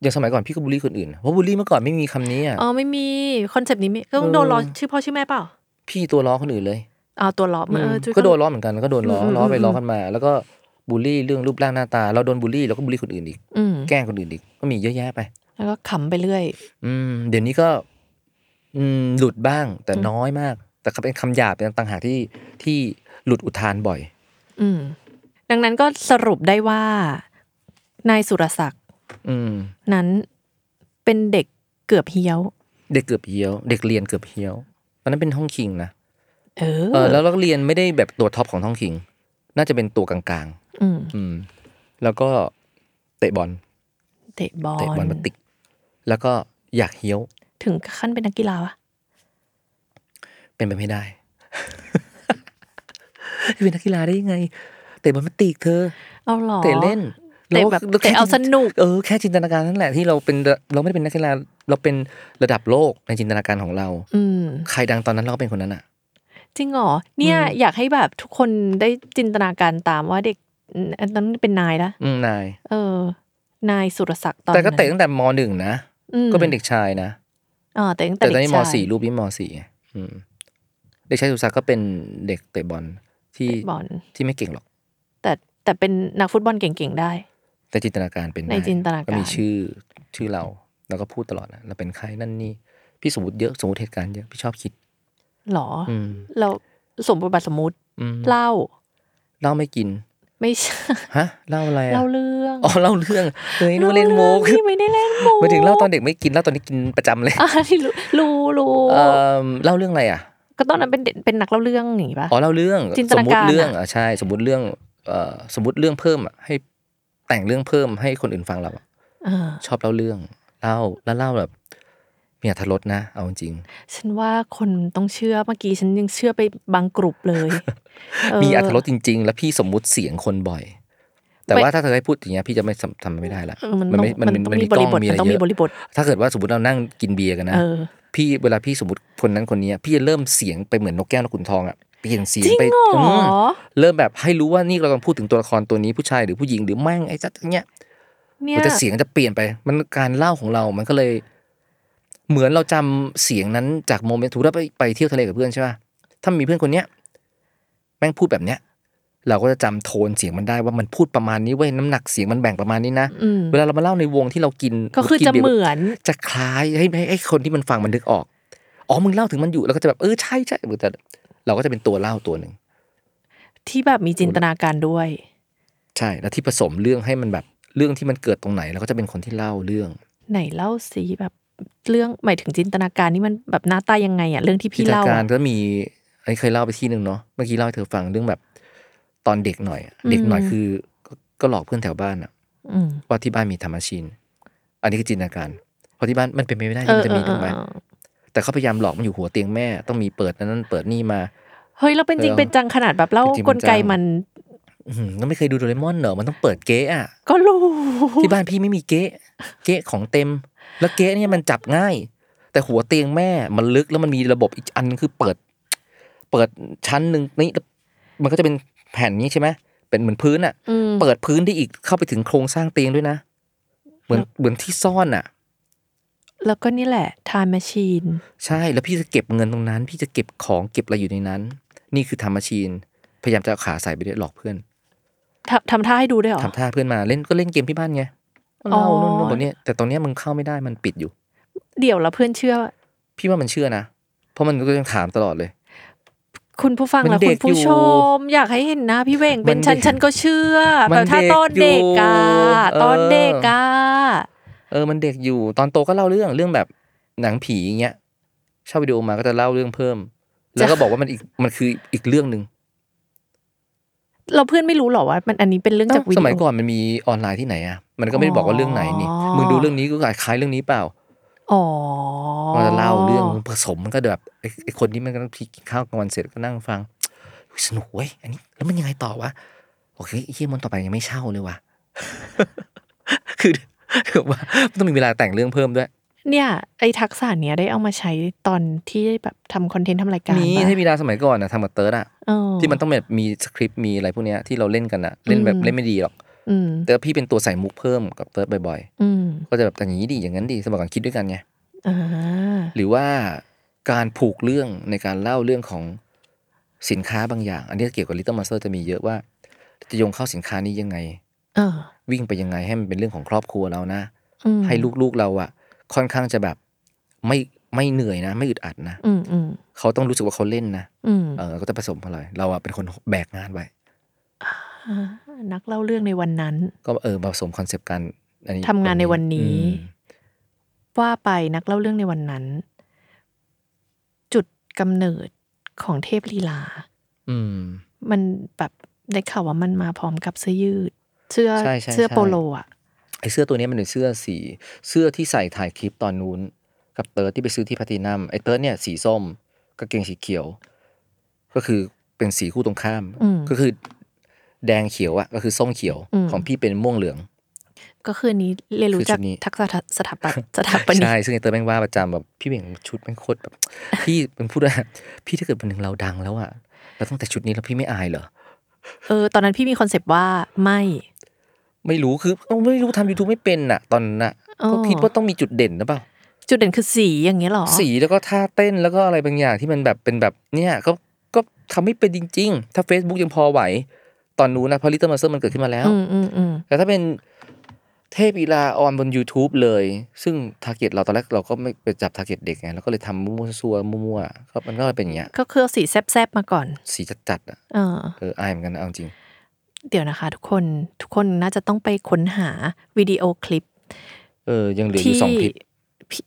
อย่างสมัยก่อนพี่ก็บูลลี่คนอื่นเพราะบูลลี่เมื่อก่อนไม่มีคำนี้อ่ะ อ๋อไม่มีคอนเซปต์นี้ไม่ก็ต้องโดนล้อ เออ ชื่อพ่อชื่อแม่เปล่า พี่ตัวล้อคนอื่นเลย เอาตัวล้อมาเออ ม จุ๊ย ก็โดนล้อเหมือนกันก็โดนล้ออ ม ล้อไป อืม ล้อกันมา แล้วก็บูลลี่เรื่องรูปร่างหน้าตา เราโดนบูลลี่เราก็บูลลี่คนอื่นอีก อืม แกล้งคนอื่นอีกก็มีเยอะแยะไป แล้วก็ขำไปเรื่อย อืมเดี๋ยวนี้ก็ อืมหลุดบ้างแต่ อืม น้อยมาก แต่ก็เป็นคำหยาบเป็นต่างหากที่ที่หลุดอุทานบ่อย อืมดังนั้นก็สรุปได้ว่า นายสุรศักดิ์ อืม นั้นเป็นเด็กเกือบเฮี้ยว เด็กเกือบเหี้ยว เด็กเรียนเกือบเหี้ยวตอนนั้นเป็นห้องคิงนะ เออ เออแล้วเราก็เรียนไม่ได้แบบตัวท็อปของห้องคิง น่าจะเป็นตัวกลาง อืม ๆ อืม แล้วก็เตะบอล เตะบอล เตะบอลมาติก แล้วก็อยากเหี้ยว ถึงขั้นเป็นนักกีฬาวะ เป็นไปไม่ได้ (laughs) เป็นนักกีฬาได้ยังไง เตะบอลมาติกเธอ เอาหรอ เตะเล่น เตะแบบ รค่ เตะเอาสนุก เออแค่จินตนาการนั่นแหละที่เราเป็นเราไม่ได้เป็นนักกีฬาเราเป็นระดับโลกในจินตนาการของเรา อืม ใครดังตอนนั้นเราก็เป็นคนนั้นอ่ะ จริงเหรอเนี่ย อืม อยากให้แบบทุกคนได้จินตนาการตามว่าเด็กอันนั้นเป็นนายละ อืมนาย เออ นายสุรศักดิ์ตอน แต่ก็ นั้น เตะตั้งแต่มหนึ่งนะ อืม ก็เป็นเด็กชายนะ อ๋อเตะตั้งแต่ แต่ต เด็ อน ก นี้ม ชาย สี่รูปนี้มสี่ไงอืมเด็กชายสุสักดิ์ก็เป็นเด็กเตะบอลที่ เตะบอล ที่ไม่เก่งหรอก แต่แต่เป็นนักฟุตบอลเก่งๆได้ แต่จินตนาการเป็นได้ ในจินตนาการ ก็มีชื่อชื่อเราแล้วก็พูดตลอดนะเราเป็นใครนั่นนี่พี่สมมติเยอะสมมติเหตุการณ์เยอะพี่ชอบคิด หรอ อืม เราสมบทบาทสมมุติ อืม เล่า เหล่าไม่กิน ไม่ (laughs) ใช่ ฮะเหล่าอะไรอะ เล่าเรื่อง อ๋อเล่าเรื่องเฮ้ยนึกว่าเล่นโมก นี่ไม่ได้เล่นมุก (laughs) หมายถึงเล่าตอนเด็กไม่กินเล่าตอนนี้กินประจำเลย อ่ะที่ (laughs) รู้รู้รู้ เอ่อเล่าเรื่องอะไรอ่ะ ก็ตอนนั้นเป็นเด็กเป็นนักเล่าเรื่องอย่างงี้ปะ อ๋อเล่าเรื่อง จินต สม นาม กา ติ ร เรื่อง อะ อ่ะใช่ สมมติเรื่องเอ่อสมมติเรื่องเพิ่มอ่ะให้แต่งเรื่องเพิ่มให้คนอื่นฟังเราอะ อ่า ชอบเล่าเรื่องเล่าแล้วเล่าแบบมีอรรถรสนะ เอาจริง ฉันว่าคนต้องเชื่อเมื่อกี้ฉันยังเชื่อไปบางกลุ่มเลยเ มีอรรถรสจริง ๆ แล้วพี่สมมุติเสียงคนบ่อย แต่ว่าถ้าเธอให้พูดอย่างเงี้ยพี่จะไม่สำทำไม่ได้ละ เออมันต้อง ไ มันต้องมีบริบท กล้ มันต้องมีบริบท ถ้าเกิดว่าสมมติเรานั่งกินเบียร์กันนะ เออ พี่เวลาพี่สมมติคนนั้นคนนี้พี่จะเริ่มเสียงไปเหมือนนกแก้วนกขุนทองอ่ะเปลี่ยนเสียง จริง ไป เหรอ มเริ่มแบบให้รู้ว่านี่เรากำลังพูดถึงตัวละครตัวนี้ผู้ชายหรือผู้หญิงหรือแม่งไอ้จัดอย่างเงี้ย เนี่ มัน ย จะเสียงจะเปลี่ยนไปมันการเล่าของเรามันก็เลย เหมือนเราจำเสียงนั้นจากโมเมนต์ถูกแล้วไปไปเที่ยวทะเลกับเพื่อนใช่ป่ะถ้ามีเพื่อนคนเนี้ย แม่งพูดแบบเนี้ย เราก็จะจำโทนเสียงมันได้ว่ามันพูดประมาณนี้เว้ยน้ำหนักเสียงมันแบ่งประมาณนี้นะ อืม เวลาเรามาเล่าในวงที่เรากิน ก็คือ กิน จะ บียร์ เหมือน จะคล้ายให้ให้ให้คนที่มันฟังมันนึกออก อ๋อ มึงเล่าถึงมันอยู่ แล้วก็จะแบบ เออ ใช่ใช่แต่เราก็จะเป็นตัวเล่าตัวหนึ่ง ที่แบบมีจินตนาการด้วย ใช่ แล้วที่ผสมเรื่องให้มันแบบ เรื่องที่มันเกิดตรงไหน เราก็จะเป็นคนที่เล่าเรื่อง ไหนเล่าสีแบบเรื่องหมายถึงจินตนาการนี่มันแบบหน้าตายังไงอะเรื่องที่ จิ พี่ นตนา เล่า การ อะ ก็มีไอ้เคยเล่าไปที่หนึ่งเนาะ เมื่อกี้เล่าให้เธอฟังเรื่องแบบ ตอนเด็กหน่อยอะ อืม เด็กหน่อยคือก็ก็หลอกเพื่อนแถวบ้านอะ อืม ว่าที่บ้านมีทำอาชีน อันนี้คือจินตนาการ เพราะที่บ้านมันเป็นไปไม่ได้ เอ ที่ อ มันจะ เอ มี อเอ ถู อก ไหม เออ แต่เขาพยายามหลอกมันอยู่หัวเตียงแม่ ต้องมีเปิดอันนั้นเปิดนี่มา เฮ้ยเราเป็นจริง เออ เป็นจังขนาดแบบเล่า เป็นจริง ก เป็น ล จัง ไกมัน อื้อหือก็ไม่เคยดูโดเรมอนเหรอมันต้องเปิดเก๊ะอะ ก็รู้ ที่บ้านพี่ไม่มีเก๊ะ เก๊ะของเต็ม แล้วเก๊ะเนี่ยมันจับง่าย แต่หัวเตียงแม่มันลึกแล้วมันมีระบบอีกอันคือเปิด เปิดชั้นหนึ่งนี่แล้วมันก็จะเป็นแผ่นนี้ใช่ไหมเป็นเหมือนพื้นอ่ะ อืม เปิดพื้นได้อีกเข้าไปถึงโครงสร้างเตียงด้วยนะ เหมือนเหมือนที่ซ่อนอ่ะ แล้วก็นี่แหละ time machine ใช่แล้วพี่จะเก็บเงินตรงนั้น พี่จะเก็บของเก็บอะไรอยู่ในนั้น นี่คือทำมาชีน พยายามจะเอาขาใส่ไปด้วยหลอกเพื่อน ทำทำท่าให้ดูด้วยเหรอ ทำท่าเพื่อนมาเล่นก็เล่นเกมที่บ้านไง อ๋อ เล่าโน่นโน่นโน่นเนี่ยแต่ตอนเนี้ยมึงเข้าไม่ได้มันปิดอยู่ เดี๋ยวแล้วเพื่อนเชื่อ พี่ว่ามันเชื่อนะ เพราะมันก็ยังถามตลอดเลย คุณผู้ฟัง มัน และคุณเด็ก ผู้ อยู่ ชม อยากให้เห็นหนะพี่เวง มั เป็น น ฉัน เด็ก ฉันก็เชื่อ มั แบ น บถ้า เด็ก ตอนเด็กอะ อยู่เออ ตอนเด็กอะ เออมันเด็กอยู่ ตอนโตก็เล่าเรื่องเรื่องแบบหนังผีอย่างเงี้ยเช่าวิดีโอมาก็จะเล่าเรื่องเพิ่ม แล้วก็บอกว่ามันอีกมันคืออีกเรื่องหนึ่ง เราเพื่อนไม่รู้หรอว่า มันอันนี้เป็นเรื่องจากวิดี ส โอ มัยก่อนมันมีออนไลน์ที่ไหนอ่ะมันก็ไม่ได้บอกว่าเรื่องไหนนี่ อ๋อ มึงดูเรื่องนี้ก็คล้ายเรื่องนี้เปล่า อ๋อ มันจะเล่าเรื่องมึงผสมมันก็แบบไอ้ไอ้คนนี้มันก็ต้องกินข้าวกลางวันเสร็จก็นั่งฟังอุ๊ยสนุกเว้ยอันนี้ แล้วมันยังไงต่อวะโอเคไอ้เฮียมันต่อไปยังไม่เช่าเลยว่ะ (laughs) คือ (laughs) คือว่าต้องมีเวลาแต่งเรื่องเพิ่มด้วย เนี่ย ไอ้ทักษะเนี้ยได้เอามาใช้ตอนที่แบบทำคอนเทนต์ทำรายการ มี ปะ เทพบิดาสมัยก่อนนะทำกับเติร์ดอะ เออ ที่มันต้องแบบมีสคริปต์มีอะไรพวกเนี้ยที่เราเล่นกันอะเล่นแบบ อืม เล่นไม่ดีหรอก อืม แต่พี่เป็นตัวใส่มุกเพิ่มกับเติร์ดบ่อย อืม ๆ ก็จะแบบอย่างนี้ดีอย่างนั้นดีสมัยก่อนคิดด้วยกันไง อ่า หรือว่าการผูกเรื่องในการเล่าเรื่องของสินค้าบางอย่าง อันนี้เกี่ยวกับลิตเติ้ลมาสเตอร์จะมีเยอะว่า จะโยงเข้าสินค้านี้ยังไง เออ วิ่งไปยังไงให้มันเป็นเรื่องของครอบครัวเรานะ อืม ให้ลูกๆเราอะค่อนข้างจะแบบไม่ไม่เหนื่อยนะ ไม่อึดอัดนะ อืมอืม เขาต้องรู้สึกว่าเขาเล่นนะ อืม เออก็จะผสมพลอยเราอะเป็นคนแบกงานไว้ อ่านักเล่าเรื่องในวันนั้น ก็เออผสมคอนเซปต์กันอันนี้ ทำงานในวันนี้ อืม ว่าไปนักเล่าเรื่องในวันนั้น จุดกำเนิดของเทพลีลา อืม มันแบบได้ข่าวว่ามันมาพร้อมกับเสื้อยืด เสื้อ ใช่ใช่ เสื้อ ใช่ โปโลอ่ะ ไอเสื้อตัวนี้มันเป็นเสื้อสีเสื้อที่ใส่ถ่ายคลิปตอนนู้น กับเติร์ดที่ไปซื้อที่แพัตินัมไอเติร์ดเนี่ยสีส้มกางเกงสีเขียว ก็คือเป็นสีคู่ตรงข้าม อืม ก็คือแดงเขียวอะก็คือส้มเขียว อืม ของพี่เป็นม่วงเหลือง ก็คืออันนี้เรียนรู้จาก คือชุดนี้ ทักษะสถาปัตย์สถาปนิก ใช่ ซึ่งไอเติร์ดแม่งว่าประจำแบบพี่เหม่งชุดแม่งโคตรแบบ พี่มันพูดว่า (laughs) พี่ถ้าเกิดวันหนึ่งเราดังแล้วอะเราต้องแต่ชุดนี้แล้วพี่ไม่อายเหรอ เออ ตอนนั้นพี่มีคอนเซปต์ว่าไม่ ไม่รู้คือเอ้าไม่รู้ทำ YouTube ไม่เป็นน่ะ ตอนน่ะ อ๋อ ก็คิดว่าต้องมีจุดเด่นหรือเปล่า จุดเด่นคือสีอย่างเงี้ยหรอ สีแล้วก็ท่าเต้นแล้วก็อะไรบางอย่างที่มันแบบเป็นแบบเนี่ยก็ก็ทำไม่เป็นจริง ๆ ถ้า Facebook ยังพอไหว ตอนนู้นนะเพราะลิตเติ้ลมาสเตอร์มันเกิดขึ้นมาแล้ว อืมอืมอืม แต่ถ้าเป็นเทพอีลาออนบน YouTube เลย ซึ่งทาร์เก็ตเราตอนแรกเราก็ไม่ไปจับทาร์เก็ตเด็กไงเราก็เลยทำมั่วๆซัวๆมั่วๆก็มันก็เลยเป็นอย่างเงี้ย ก็คือเอาสีแซบๆมาก่อน สีจัดๆอ่ะ เออ เอออายเหมือนกันนะเอาจริง เดี๋ยวนะคะ ทุกคนทุกคนน่าจะต้องไปค้นหาวิดีโอคลิป เออยังเหลืออ ที่ ยู่สองคลิป พี่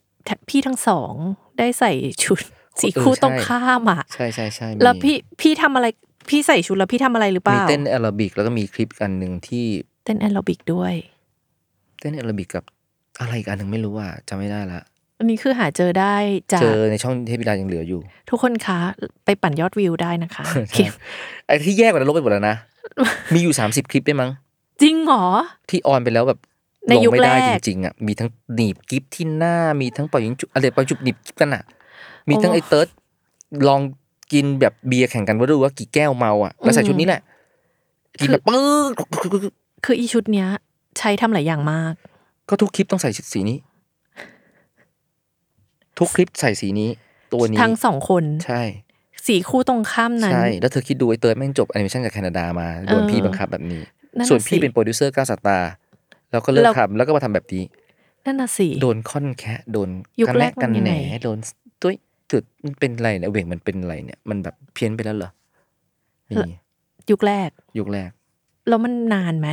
พี่ทั้งสองได้ใส่ (laughs) ชุด สี เออ คู่ ใช่ ตรงข้ามอ่ะ ใช่ใช่ใช่มี แล้วพี่พี่ทำอะไรพี่ใส่ชุดแล้วพี่ทำอะไรหรือเป มี ล่า เต้นแอโรบิกแล้วก็มีคลิปอันหนึ่งที่ เต้นแอโรบิกด้วย เต้นแอโรบิกกับอะไรอีกอันหนึ่งไม่รู้อ่ะจำไม่ได้ละ อันนี้คือหาเจอได้จาก เจอในช่องเทพบิดายังเหลืออยู่ ทุกคนคะไปปั่นยอดวิวได้นะคะ ใช่ไอ้ที่แย่กว่านั้นลบไปหมดแล้วนะ มีอยู่ 30 คลิปได้วยมั้ง จริงเหรอ ที่ออนไปแล้วแบบ ใน ลง ยุค ไม่ได้ แร จ ก ริงๆอ่ะมีทั้งหนีบกิฟที่หน้ามีทั้งปล่อยยิงจุบอะไรปล่อยจุบหนีบกิฟกันอ่ะ มีทั้ง โอ้ ไอ้เติร์ดลองกินแบบเบียร์แข่งกันว่าดูว่ากี่แก้วเมาอ่ะแล้วใส่ชุดนี้แหละกินแบบปึ๊ก คืออีชุดเนี้ย ใช้ทำหลายอย่างมาก ก็ทุกคลิปต้องใส่ชุดสีนี้ ทุกคลิปใส่สีนี้ ตัวนี้ ทั้งสองคน ใช่ สีคู่ตรงข้ามนั้น ใช่ แล้วเธอคิดดูไอ้เติร์ดแม่งจบแอนิเมชันจากแคนาดามาโดน เออ พี่บังคับแบบนี้ นั่นน่ะ ส่วน สิ พี่เป็นโปรดิวเซอร์ก้าวสตาร์แล้วก็เลิก เรา ทำแล้วก็มาทำแบบนี้ นั่นน่ะสิ โดนค่อนแคะโดน ยุคแรก กัน มันยัง แห ไง นโดนตุ้ยจุดมันเป็นไรเนี่ยเหวงมันเป็นไรเนี่ย มันแบบเพี้ยนไปแล้วเหรอนี่ ยุคแรก ยุคแรก แล้วมันนานไหม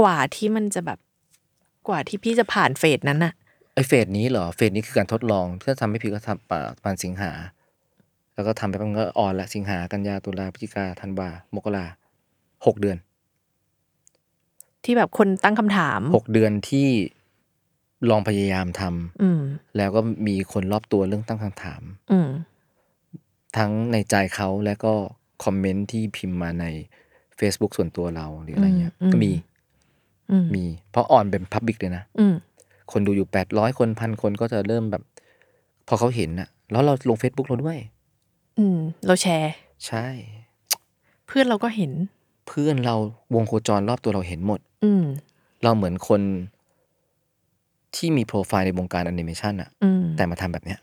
กว่าที่มันจะแบบกว่าที่พี่จะผ่านเฟสนั้นอะ ไอเฟสนี้เหรอ เฟสนี้คือการทดลองถ้าทำไม่ผิดก็ทำประมาณสิงหา แล้วก็ทำไปมันก็ออนละสิงหากันยาตุลาพฤศจิกาธันวามกราหกเดือน ที่แบบคนตั้งคำถาม หกเดือนที่ลองพยายามทำ อืม แล้วก็มีคนรอบตัวเรื่องตั้งคำถาม อืม ทั้งในใจเขาและก็คอมเมนต์ที่พิมพ์มาใน Facebook ส่วนตัวเราหรืออะไรเงี้ย อืม ก็มี อืม มี เพราะออนเป็นพับบิกเลยนะ อืม คนดูอยู่ 800 คนพันคนก็จะเริ่มแบบ พอเขาเห็นอะแล้วเราลง Facebook เราด้วย อืม เราแชร์ ใช่ เพื่อนเราก็เห็น เพื่อนเราวงโคจรรอบตัวเราเห็นหมด อืม เราเหมือนคนที่มีโปรไฟล์ในวงการแอนิเมชันอะ อืม แต่มาทำแบบเนี้ย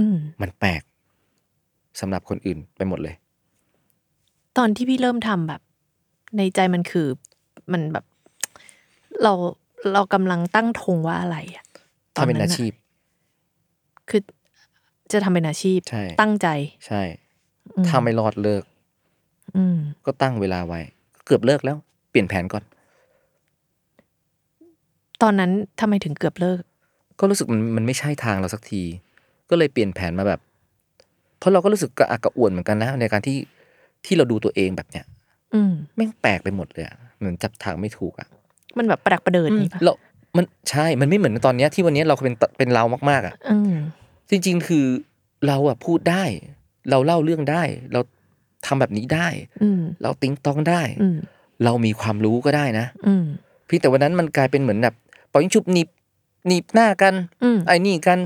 อืม มันแปลกสำหรับคนอื่นไปหมดเลย ตอนที่พี่เริ่มทำแบบ ในใจมันคือมันแบบ เราเรากำลังตั้งธงว่าอะไรอะตอ ถ้าเป็น อะ อาชีพ คือจะทำเป็นอาชีพ ใช่ ตั้งใจ ใช่ อื ถ้าไม่รอดเลิก อืม ก็ตั้งเวลาไว้ เกือบเลิกแล้ว เปลี่ยนแผนก่อน ตอนนั้นทำไมถึงเกือบเลิก ก็รู้สึกมันมันไม่ใช่ทางเราสักที ก็เลยเปลี่ยนแผนมาแบบ เพราะเราก็รู้สึกกระอักกระอ่วนเหมือนกันนะ ในการที่ที่เราดูตัวเองแบบเนี้ย อืม แม่งแปลกไปหมดเลยอะเหมือนจับทางไม่ถูกอะ มันแบบประดักประเดิด อืม นี่ปะ เรามันใช่ มันไม่เหมือนตอนเนี้ยที่วันเนี้ยเราเป็นตเป็นเรามากๆอ่ะ อืม จริง ๆ คือเราอ่ะพูดได้ เราเล่าเรื่องได้ เราทำแบบนี้ได้ อืม เราติ๊งต้องได้ อืม เรามีความรู้ก็ได้นะ อืม เพี่แต่วันนั้นมันกลายเป็นเหมือนแบบปล่อยชุบหนีบหนีบหน้ากัน อืม ไอ้นี่กัน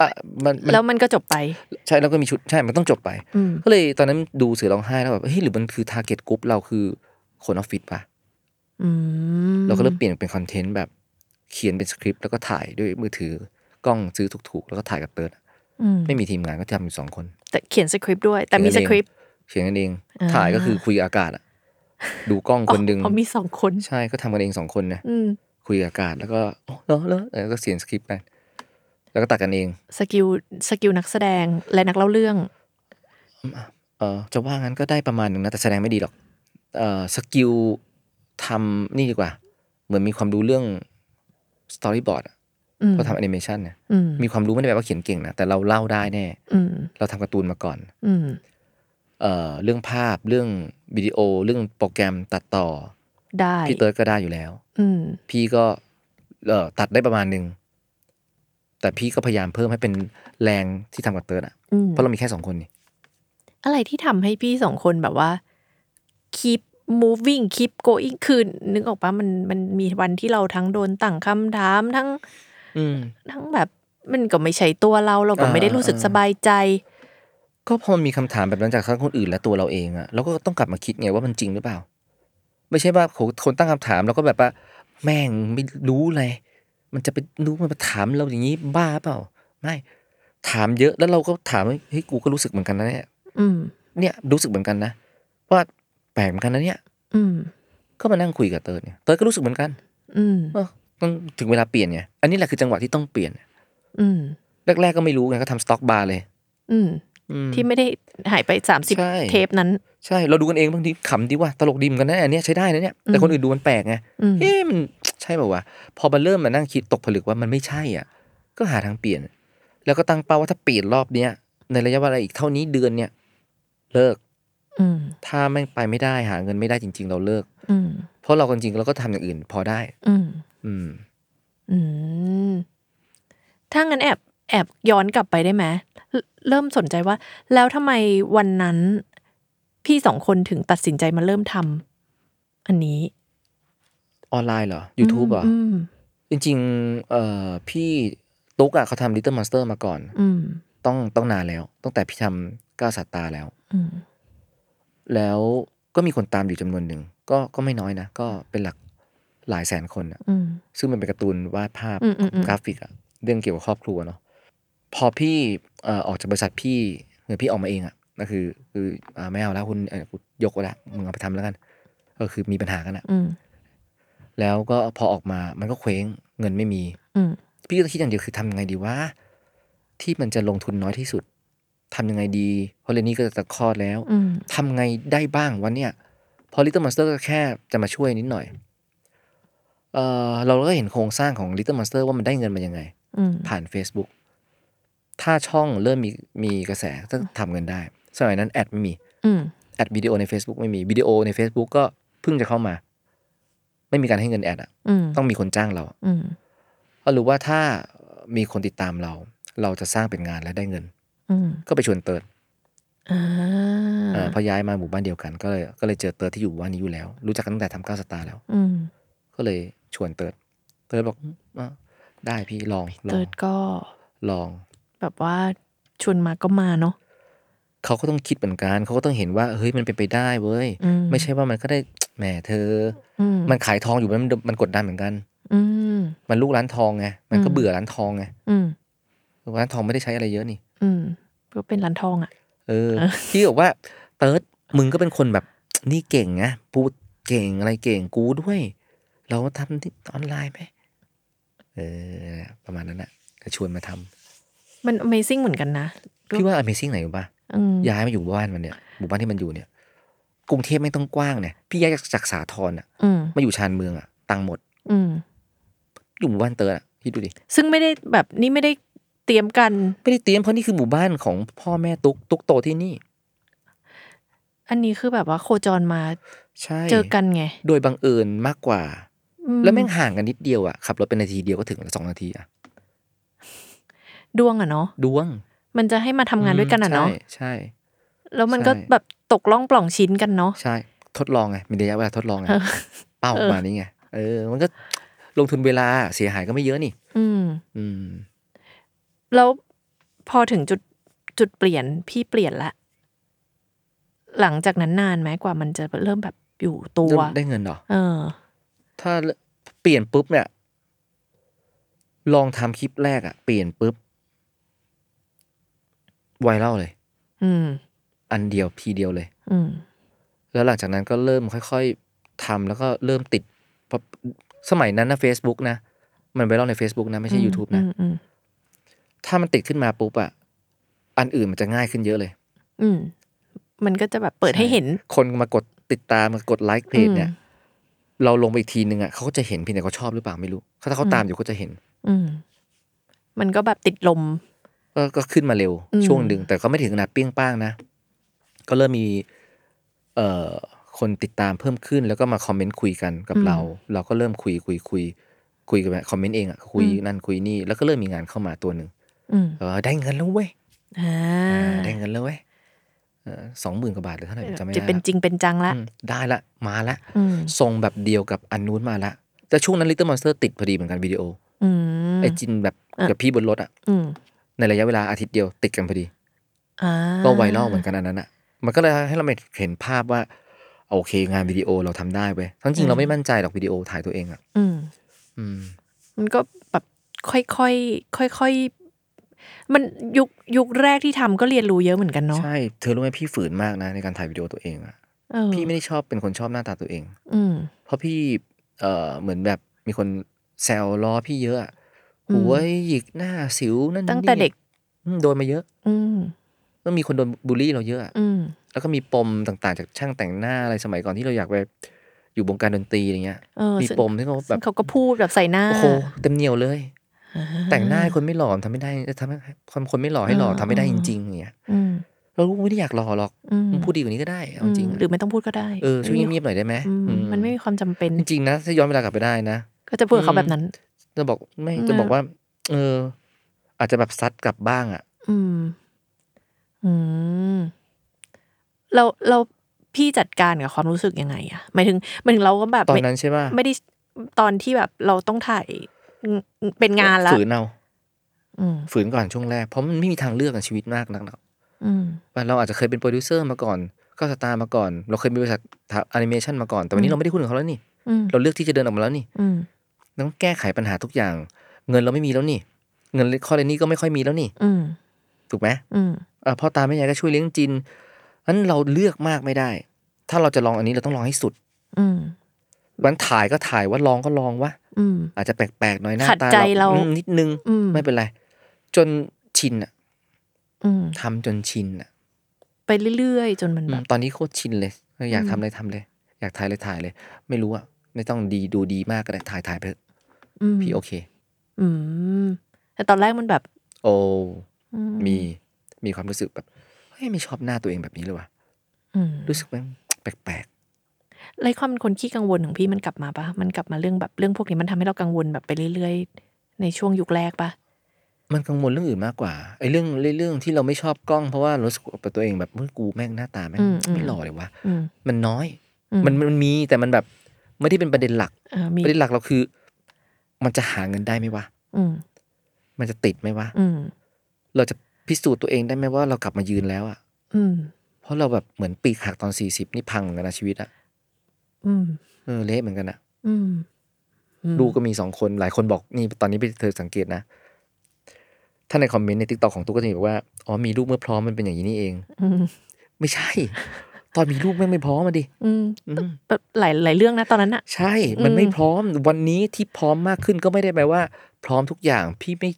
อ่ะมันมัน แล้วมันก็จบไป ใช่แล้วก็มีชุดใช่มันต้องจบไป อืม ก็เลยตอนนั้นดูเสือร้องไห้แล้วแบบเฮ้ยหรือมันคือทาร์เก็ตกลุ่มเราคือคนออฟฟิศปะ อืม เราก็เริ่มเปลี่ยนเป็นคอนเทนต์แบบเขียนเป็นสคริปต์แล้วก็ถ่ายด้วยมือถือกล้องซื้อถูกๆ แล้วก็ถ่ายกับเติร์ดอะ อืม ไม่มีทีมงานก็ทำอยู่สองคน แต่เขียนสคริปต์ด้วย แต่มีสคริปต์ เขียนกันเอง อ่า ถ่ายก็คือคุยกับอากาศอะดูกล้องคนดึง อ๋อมีสองคน ใช่ก็ทำกันเองสองคนนะ อืม คุยกับอากาศแล้วก็อ๋อเหรอเหรอแล้วก็เขียนสคริปต์กันแล้วก็ตัดกันเอง สกิลสกิลนักแสดงและนักเล่าเรื่อง เออจะว่างั้นก็ได้ประมาณหนึ่งนะแต่แสดงไม่ดีหรอกเออสกิลทำนี่ดีกว่า เหมือนมีความรู้เรื่องสตอรี่บอร์ด อืม พอทำแอนิเมชันเนี่ย อืม มีความรู้ไม่ได้แปลว่าเขียนเก่งนะแต่เราเล่าได้แน่ อืม เราทำการ์ตูนมาก่อน อืม เอ่อ เรื่องภาพ เรื่องวิดีโอ เรื่องโปรแกรมตัดต่อ ได้ พี่เติร์ดก็ได้อยู่แล้ว อืม พี่ก็เอ่อตัดได้ประมาณหนึ่ง แต่พี่ก็พยายามเพิ่มให้เป็นแรงที่ทำกับเติร์ดอะ อืม เพราะเรามีแค่สองคนนี่ อะไรที่ทำให้พี่สองคนแบบว่า keep moving keep going คือนึกออกปะมันมันมีวันที่เราทั้งโดนตั้งคำถามทั้ง ทั้งแบบมันก็ไม่ใช่ตัวเราเราก็ไม่ได้รู้สึก อ่า สบายใจ ก็พอมันมีคำถามแบบนั้นจากทั้งคนอื่นและตัวเราเองอะเราก็ต้องกลับมาคิดไงว่ามันจริงหรือเปล่า ไม่ใช่ว่าโหคนตั้งคำถามเราก็แบบว่า แม่งไม่รู้เลย มันจะไปรู้มันมาถามเราอย่างนี้บ้าเปล่า ไม่ ถามเยอะแล้วเราก็ถามว่าเฮ้ยกูก็รู้สึกเหมือนกันนะเนี่ย อืม เนี่ยรู้สึกเหมือนกันนะว่าแปลกเหมือนกันนะเนี่ย อืม ก็มานั่งคุยกับเติร์ดเนี่ยเติร์ดก็รู้สึกเหมือนกัน อืม เออต้องถึงเวลาเปลี่ยนไงอันนี้แหละคือจังหวะที่ต้องเปลี่ยน อืม แรก ๆก็ไม่รู้ไงก็ทำสต็อกบาร์เลย อืม อืม ที่ไม่ได้หายไปสามสิบ ใช่ เทปนั้น ใช่เราดูกันเองบางทีขำดีว่าตลกดีเหมือนกันนะอันเนี้ยใช้ได้นะเนี่ยแต่คนอื่นดูมันแปลกไง อืม เอ๊ะมันใช่เปล่าวะพอมันเริ่มมานั่งคิดตกผลึกว่ามันไม่ใช่อ่ะ ก็หาทางเปลี่ยน แล้วก็ตั้งเป้าว่าถ้าเปลี่ยนรอบเนี้ยในระยะเวลาอีกเท่านี้เดือนเนี่ย เลิก อืม ถ้าแม่งไปไม่ได้หาเงินไม่ได้จริง ๆ เราเลิก อืม เพราะเราจริงๆเราก็ทำอย่างอื่น พอได้ อืม อืม อืม ถ้างั้นแอบแอบย้อนกลับไปได้ไหมเริ่มเริ่มสนใจว่า แล้วทำไมวันนั้น พี่สองคนถึงตัดสินใจมาเริ่มทำอันนี้ ออนไลน์เหรอ YouTube เหรอ อืม จริงๆเอ่อพี่ตุ๊กอะเขาทำ Little Monster มาก่อน อืม ต้องต้องนานแล้ว ตั้งแต่พี่ทำก้าวสาตาแล้ว อืม แล้วก็มีคนตามอยู่จำนวนหนึ่ง ก็ก็ไม่น้อยนะ ก็เป็นหลักหลายแสนคนอะ อืม ซึ่งมันเป็นการ์ตูนวาดภาพ อืมอืมอืม กราฟิกอะเรื่องเกี่ยวกับครอบครัวเนาะพอพี่เอ่อออกจากบริษัทพี่เงินพี่ออกมาเองอะก็คือ คืออ่าไม่เอาแล้วคุณเอ่อกูยกไว้ละมึงเอาไปทำแล้วกัน ก็คือมีปัญหากันอะ อืม แล้วก็พอออกมา มันก็เคว้ง เงินไม่มี อืม พี่ก็คิดอย่างเดียวคือทำยังไงดีว่า ที่มันจะลงทุนน้อยที่สุด ทำยังไงดี เพราะเรนนี่ก็จะคลอดแล้ว อืม ทำไงได้บ้างวะเนี่ย พอ Little Monster ก็แค่จะมาช่วยนิดหน่อย เออเราก็เห็นโครงสร้างของ Little Monster ว่ามันได้เงินมายังไง อืม ผ่าน Facebook ถ้าช่องเริ่มมีมีกระแสก็ทำเงินได้ สมัยนั้นแอดไม่มี อืม แอดวิดีโอใน Facebook ไม่มี วิดีโอใน Facebook ก็เพิ่งจะเข้ามา ไม่มีการให้เงินแอดอะ อืม ต้องมีคนจ้างเรา อืม ก็รู้ว่าถ้ามีคนติดตามเรา เราจะสร้างเป็นงานและได้เงิน อืม ก็ไปชวนเติร์ด อ่า เอ่อพอย้ายมาหมู่บ้านเดียวกัน ก็เลยก็เลยเจอเติร์ดที่อยู่หมู่บ้านนี้อยู่แล้ว รู้จักกันตั้งแต่ทำก้าวสตาร์แล้ว อืม ก็เลยชวนเติร์ดเติร์ดบอกอืมอ่ะได้พี่ลองลอ เติ ง ร์ดก็ ลอง แบบว่าชวนมาก็มาเนาะ เขาก็ต้องคิดเหมือนกัน เขาก็ต้องเห็นว่าเฮ้ยมันเป็นไปได้เว้ย อืม ไม่ใช่ว่ามันก็ได้แหมเธอ อื อ ม มันขายทองอยู่มันมันกดดันเหมือนกัน อืม มันลูกร้านทองไงมันก็ อืม เบื่อร้านทองไง อืม ร้านทองไม่ได้ใช้อะไรเยอะนี่ อืมก็เป็นร้านทองอ่ะ เออพี่บอกว่าเติร์ดมึงก็เป็นคนแบบ นี่เก่งนะพูดเก่งอะไรเก่งกูด้วย เราทำที่ออนไลน์ไหมเออ ประมาณนั้นแหละก็ชวนมาทำ มัน Amazing เหมือนกันนะ พี่ว่า Amazing ไหนรู้ป่ะ อืม ย้ายมาอยู่บ้านมันเนี่ยหมู่บ้านที่มันอยู่เนี่ย กรุงเทพไม่ต้องกว้างเนี่ยพี่ย้ายจากสาทรอ่ะ อืม มาอยู่ชานเมืองอ่ะตังค์หมด อืม อยู่หมู่บ้านเตอร์อ่ะคิดดูดิ ซึ่งไม่ได้แบบนี่ไม่ได้เตรียมกัน ไม่ได้เตรียมเพราะนี่คือหมู่บ้านของพ่อแม่ตุ๊กตุ๊กโตที่นี่ อันนี้คือแบบว่าโคจรมา ใช่ เจอกันไง โดยบังเอิญมากกว่า อื แล้วแม่งห่างกันนิดเดียวอ่ะขับรถเป็นนาทีเดียวก็ถึงละสองนาทีอ่ะ ดวงอะเนาะ ดวง มันจะให้มาทำงานด้วยกันอะเนาะ ใช่ใช่ แล้วมันก็ ใช่ แบบตกล่องปล่องชิ้นกันเนาะ ใช่ ทดลองไงมีระยะเวลาทดลองไง เออ เป้า เอ ป อ ระมาณนี้ไงเออ มันก็ลงทุนเวลาเสียหายก็ไม่เยอะนี่ อืม อืม แล้วพอถึงจุดจุดเปลี่ยนพี่เปลี่ยนละ หลังจากนั้นนานไหมกว่ามันจะเริ่มแบบอยู่ตัว เริ่มได้เงินเหรอ เออ ถ้าเปลี่ยนปุ๊บเนี่ย ลองทำคลิปแรกอะเปลี่ยนปุ๊บไวรัลเลย อืม อันเดียวทีเดียวเลย อืม แล้วหลังจากนั้นก็เริ่มค่อย ๆทำแล้วก็เริ่มติดเพราะสมัยนั้นนะ Facebook นะ มันไวรัลใน Facebook นะไม่ใช่ YouTube นะ อืมอืม ถ้ามันติดขึ้นมาปุ๊บอะอันอื่นมันจะง่ายขึ้นเยอะเลย อืม มันก็จะแบบเปิดให้เห็น คนมากดติดตามมากดไลค์เพจเนี่ย อืม เราลงไปอีกทีนึงอ่ะเขาก็จะเห็นเพียงแต่เขาชอบหรือเปล่าไม่รู้ถ้าเขาตามอยู่ก็จะเห็น อืม มันก็แบบติดลม ก็ก็ขึ้นมาเร็ว อืม ช่วงหนึ่งแต่ก็ไม่ถึงขนาดเปี้ยงป้างนะ ก็เริ่มมี เอ่อคนติดตามเพิ่มขึ้น แล้วก็มาคอมเมนต์คุยกันกับเรา เราก็เริ่มคุยคุยคุยคุยกันแบบคอมเมนต์เองอ่ะคุยนั่นคุยนี่แล้วก็เริ่มมีงานเข้ามาตัวหนึ่ง อืม เออได้เงินแล้วเว้ย อ่า อ่าได้เงินแล้วเว้ยสองหมื่นกว่าบาทหรือเท่าไหร่ผมจำไม่ได้ จะเป็น ละ จริงเป็นจังละ อืมได้ละมาละ อืม ทรงแบบเดียวกับอันนู้นมาละแต่ช่วงนั้น Little Monster ติดพอดีเหมือนกันวิดีโอ อืม ไอจินแบบ อ่ะ กับพี่บนรถอะ อืม ในระยะเวลาอาทิตย์เดียวติดกันพอดี อ่า ก็ไวรัลเหมือนกันอันนั้นอะมันก็เลยให้เราเห็นภาพว่า โอเค งานวิดีโอเราทำได้เว้ยทั้งจริงเราไม่มั่นใจหรอกวิดีโอถ่ายตัวเองอะ อืม อืม มันก็แบบค่อยๆค่อยๆมันยุคยุคแรกที่ทำก็เรียนรู้เยอะเหมือนกันเนาะ ใช่เธอรู้ไหมพี่ฝืนมากนะในการถ่ายวิดีโอตัวเองอะ เออ พี่ไม่ได้ชอบเป็นคนชอบหน้าตาตัวเอง อืม เพราะพี่เอ่อเหมือนแบบมีคนแซวล้อพี่เยอะอะ อืม หัวหยิกหน้าสิวนั่น ตั้งแต่ นี่ เด็ก อืมโดนมาเยอะ อืม ก็มีคนโดนบูลลี่เราเยอะอะ อืม แล้วก็มีปมต่างๆ จากช่างแต่งหน้าอะไรสมัยก่อนที่เราอยากไปอยู่วงการดนตรีอะไรเงี้ย เออ มี ซึ่ง ปมที่เขาแบ ซึ่ บ งเขาก็พูดแบบใส่หน้า โอ้โหเต็มเหนียวเลย อ่า แต่งหน้าให้คนไม่หล่อทำไม่ได้ทำให้คนคนไม่หล่อให้หล่อทำไม่ได้จริงๆอย่างเงี้ย อืม เราไม่ได้อยากหล่อหรอก อืม มันพูดดีกว่านี้ก็ได้เอาจริง อืม อะ หรือไม่ต้องพูดก็ได้ เออช่วยเงียบๆหน่อยได้ไหม อืม อื มันไม่มีความจำเป็น จริงๆนะถ้าย้อนเวลากลับไปได้นะ ก็จะพูดกับเขาแบบนั้น จะบอกไม่ อืม จะบอกว่า เออ อาจจะแบบซัดกลับบ้างอ่ะ อืม อืม เราเราพี่จัดการกับความรู้สึกยังไงอะหมายถึงหมายถึงเราก็แบบ ตอน ไม่ นั้นใช่ป่ะ ไม่ได้ตอนที่แบบเราต้องถ่ายเป็นงานละ ฝืนเอา อืม ฝืนก่อนช่วงแรกเพราะมันไม่มีทางเลือกในชีวิตมากนักหรอก อืม ว่าเราอาจจะเคยเป็นโปรดิวเซอร์มาก่อน ก็สตาร์มาก่อน เราเคยมีบริษัทแอนิเมชันมาก่อน แต่วันนี้เราไม่ได้หุ้นกับเขาแล้วนี่ อืม เราเลือกที่จะเดินออกมาแล้วนี่ อืม ต้องแก้ไขปัญหาทุกอย่าง เงินเราไม่มีแล้วนี่ เงินข้อเรนนี่ก็ไม่ค่อยมีแล้วนี่ อืม ถูกไหม อืม เอ่อพ่อตาแม่ยายก็ช่วยเลี้ยงจินงั้นเราเลือกมากไม่ได้ ถ้าเราจะลองอันนี้เราต้องลองให้สุด อืม วันถ่ายก็ถ่ายว่าลองก็ลองวะ อืม อาจจะแปลกๆหน่อยหน้า ขัด ตา ใจเรา อืมนิดนึง อืม ไม่เป็นไร จนชินอะ อืม ทำจนชินอะ ไปเรื่อยๆ จนมัน อื แบ ม บ ตอนนี้โคตรชินเลยเอออยาก อืม ทำเลยทำเลย อยากถ่ายเลยถ่ายเลย ไม่รู้อะไม่ต้องดีดูดีมากก็ได้ถ่ายถ่ายไปเถอะ อืม พี่โอเค อืม แต่ตอนแรกมันแบบ โอ้ อื มีมีความรู้สึกแบบเฮ้ยไม่ชอบหน้าตัวเองแบบนี้เลยวะ อืม รู้สึกแม่งแปลก แล้วความเป็นคนขี้กังวลของพี่มันกลับมาปะมันกลับมาเรื่องแบบเรื่องพวกนี้มันทำให้เรากังวลแบบไปเรื่อยๆ ในช่วงยุคแรกปะ ๆมันกังวลเรื่องอื่นมากกว่าไอ้เรื่องเรื่องที่เราไม่ชอบกล้องเพราะว่ารู้สึกว่าตัวเองแบบเฮ้ยกูแม่งหน้าตาแม่งไม่หล่อเลยวะ อืม มันน้อย อืม มันมันมีแต่มันแบบไม่ได้เป็นประเด็นหลัก เออมี ประเด็นหลักเราคือ มันจะหาเงินได้ไหมวะ อืม มันจะติดไหมวะ อืม เราจะพิสูจน์ตัวเองได้ไหมว่าเรากลับมายืนแล้วอะ อืม เพราะเราแบบเหมือนปีกหักตอนสี่สิบนี่พังเหมือนกันนะชีวิตอะ อืม เออเละเหมือนกันอะ อืม อืม ลูกก็มีสองคนหลายคนบอกนี่ตอนนี้ไปเธอสังเกตนะ ถ้าในคอมเมนต์ในทิกตอกของตุ๊กก็จะมีบอกว่าอ๋อมีลูกเมื่อพร้อมมันเป็นอย่างนี้นี่เอง อืม ไม่ใช่ ตอนมีลูกแม่งไม่พร้อมมาดิ อืม อืม แบบหลายหลายเรื่องนะตอนนั้นอะ ใช่ มันไม่ อืม พร้อมวันนี้ที่พร้อมมากขึ้นก็ไม่ได้แปลว่า พร้อมทุกอย่างพี่ไม่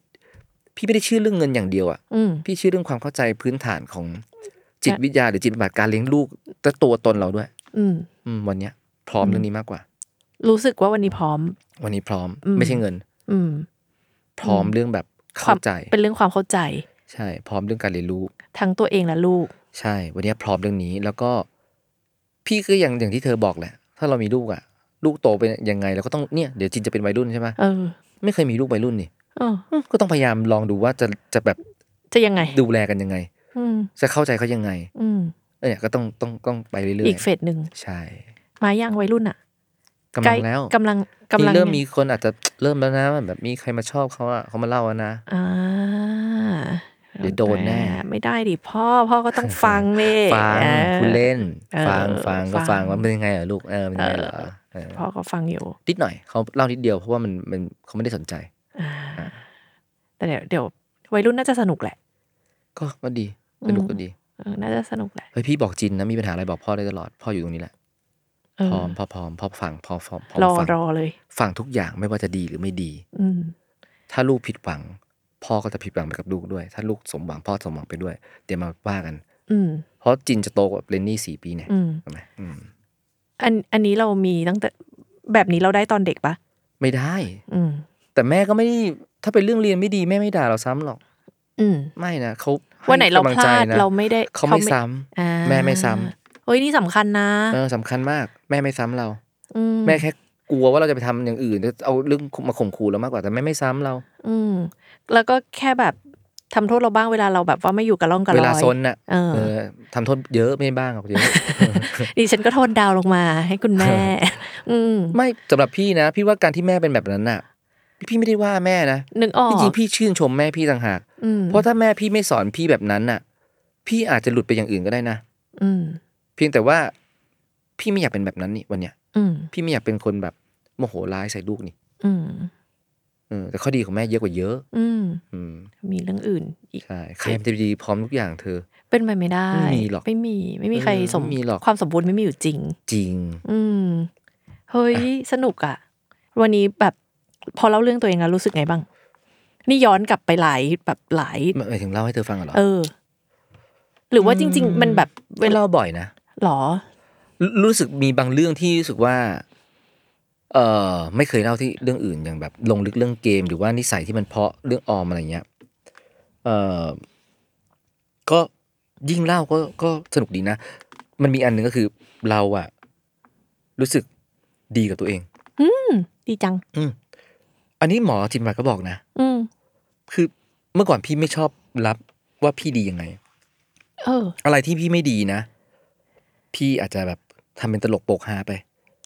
พี่ไม่ได้เชื่อเรื่องเงินอย่างเดียวอ่ะ อืม พี่เชื่อเรื่องความเข้าใจพื้นฐานของจิต จะ วิทยาหรือจิตบำบัดการเลี้ยงลูกและตัวตนเราด้วย อืม อืมวันเนี้ย พร้อมเรื่องนี้มากกว่า รู้สึกว่าวันนี้พร้อม วันนี้พร้อม อืม ไม่ใช่เงิน อืม พร้อม อืม เรื่องแบบ ควา เข้าม ใจ เป็นเรื่องความเข้าใจ ใช่ พร้อมเรื่องการเรียนรู้ ทั้งตัวเองและลูก ใช่ วันนี้พร้อมเรื่องนี้แล้วก็ พี่ก็อย่างอย่างที่เธอบอกแหละ ถ้าเรามีลูกอ่ะ ลูกโตเป็นยังไงเราก็ต้องเนี่ยเดี๋ยวจินจะเป็นวัยรุ่นใช่ไหม เออ ไม่เคยมีลูกวัยรุ่นนี่ เออ อืมก็ต้องพยายามลองดูว่าจะจะแบบ จะยังไง ดูแลกันยังไง อืม จะเข้าใจเขายังไง อืม เออเนี่ยก็ต้องต้องต้องไปเรื่อย อีกเฟสหนึ่ง ๆใช่ มาย่างวัยรุ่นอ่ะ กำลังแล้ว กำลังกำลัง นี่เริ่มมีคนอาจจะเริ่มแล้วนะแบบมีใครมาชอบเขาอะเขามาเล่าอะนะ อ่า เดี๋ยวโดนแน่ ไม่ได้ดิพ่อพ่อก็ (laughs) ต้องฟังเน่ ฟังคุณเล่น เออ ฟังฟังก็ ฟั ฟั ง งว่าเป็นยังไงอะลูกเออเป็นยังไงเหรอ เออ เออ พ่อก็ฟังอยู่ นิดหน่อยเขาเล่านิดเดียวเพราะว่ามันมันเขาไม่ได้สนใจ อ่า แต่เดี๋ยวเดี๋ยววัยรุ่นน่าจะสนุกแหละ ก็ก็ดีสนุกก็ดี เออน่าจะสนุกแหละ เฮ้ยพี่บอกจินนะมีปัญหาอะไรบอกพ่อได้ตลอดพ่ออยู่ตรงนี้แหละ เออ พร้อมพ่อพร้อมพ่อฟังพ่อพร้อมพ่อ รอ ฟัง รอเลย ฟังทุกอย่างไม่ว่าจะดีหรือไม่ดี อืม ถ้าลูกผิดหวัง พ่อก็จะผิดหวังไปกับลูกด้วย ถ้าลูกสมหวังพ่อสมหวังไปด้วยเดี๋ยวมาว่ากัน อืม เพราะจินจะโตกว่าเรนนี่สี่ปีเนี่ย อืม ใช่ไหมอืม อันอันนี้เรามีตั้งแต่แบบนี้เราได้ตอนเด็กปะ ไม่ได้ อืม แต่แม่ก็ไม่ได้ถ้าเป็นเรื่องเรียนไม่ดีแม่ไม่ด่าเราซ้ำหรอก อืม ไม่นะเขา วันไหนเรา ให้พกำลังลาด ใจนะ เราไม่ได้ เขาไม่ซ้ำ อ่า แม่ไม่ซ้ำ เฮ้ยนี่สำคัญนะ เออสำคัญมาก แม่ไม่ซ้ำเรา ืม แม่แค่กลัวว่าเราจะไปทำอย่างอื่นจะเอาเรื่องมาข่มขู่เรามากกว่าแต่แม่ไม่ซ้ำเรา อืม แล้วก็แค่แบบทำโทษเราบ้างเวลาเราแบบว่าไม่อยู่กับร่องกับร เว อย ลาซนน่ะ เออ เออทำโทษเยอะไม่บ้างหรอกเยอะ (laughs) ดิฉันก็โทษดาวลงมา ให้คุณ (laughs) แม่ อืม ไม่สำหรับพี่นะ พี่ว่าการที่แม่เป็นแบบนั้นน่ะ พี่ไม่ได้ว่าแม่นะ นึกออก จริงๆพี่ชื่นชมแม่พี่ต่างหาก อืม เพราะถ้าแม่พี่ไม่สอนพี่แบบนั้นน่ะ พี่อาจจะหลุดไปอย่างอื่นก็ได้นะ อืม เพียงแต่ว่าพี่ไม่อยากเป็นแบบนั้นนี่วันเนี้ย อืม พี่ไม่อยากเป็นคนแบบโมโหร้ายใส่ลูกนี่ อืม เออแต่ข้อดีของแม่เยอะกว่าเยอะ อืม อืม มีเรื่องอื่นอีก ใช่ใครมันจะดีพร้อมทุกอย่างเธอ เป็นไปไม่ได้ ไม่มีหรอก ไม่มีไม่มีใคร เออ สม ไม่มีหรอก ความสมบูรณ์ไม่มีอยู่จริง จริง อืม เฮ้ย สนุกอ่ะ วันนี้แบบพอเล่าเรื่องตัวเองแล้วรู้สึกไงบ้าง นี่ย้อนกลับไปหลายแบบหลาย หมายถึงเล่าให้เธอฟังเหรอ เออ หรือว่าจริง ๆ มันแบบเว ไม่ ลา เล่าบ่อยนะ หรอ รูรู้สึกมีบางเรื่องที่รู้สึกว่า เออไม่เคยเล่าที่เรื่องอื่นอย่างแบบ ลงลึกเรื่องเกม หรือว่านิสัยที่มันเพาะเรื่องออมอะไรเงี้ยเออก็ยิ่งเล่าก็ก็สนุกดีนะ มันมีอันหนึ่งก็คือเราอะรู้สึกดีกับตัวเอง อืม ดีจัง อืมอันนี้หมอจิตบำบัดก็บอกนะ อืม คือเมื่อก่อนพี่ไม่ชอบรับว่าพี่ดียังไง เออ อะไรที่พี่ไม่ดีนะ พี่อาจจะแบบทำเป็นตลกโปกฮาไป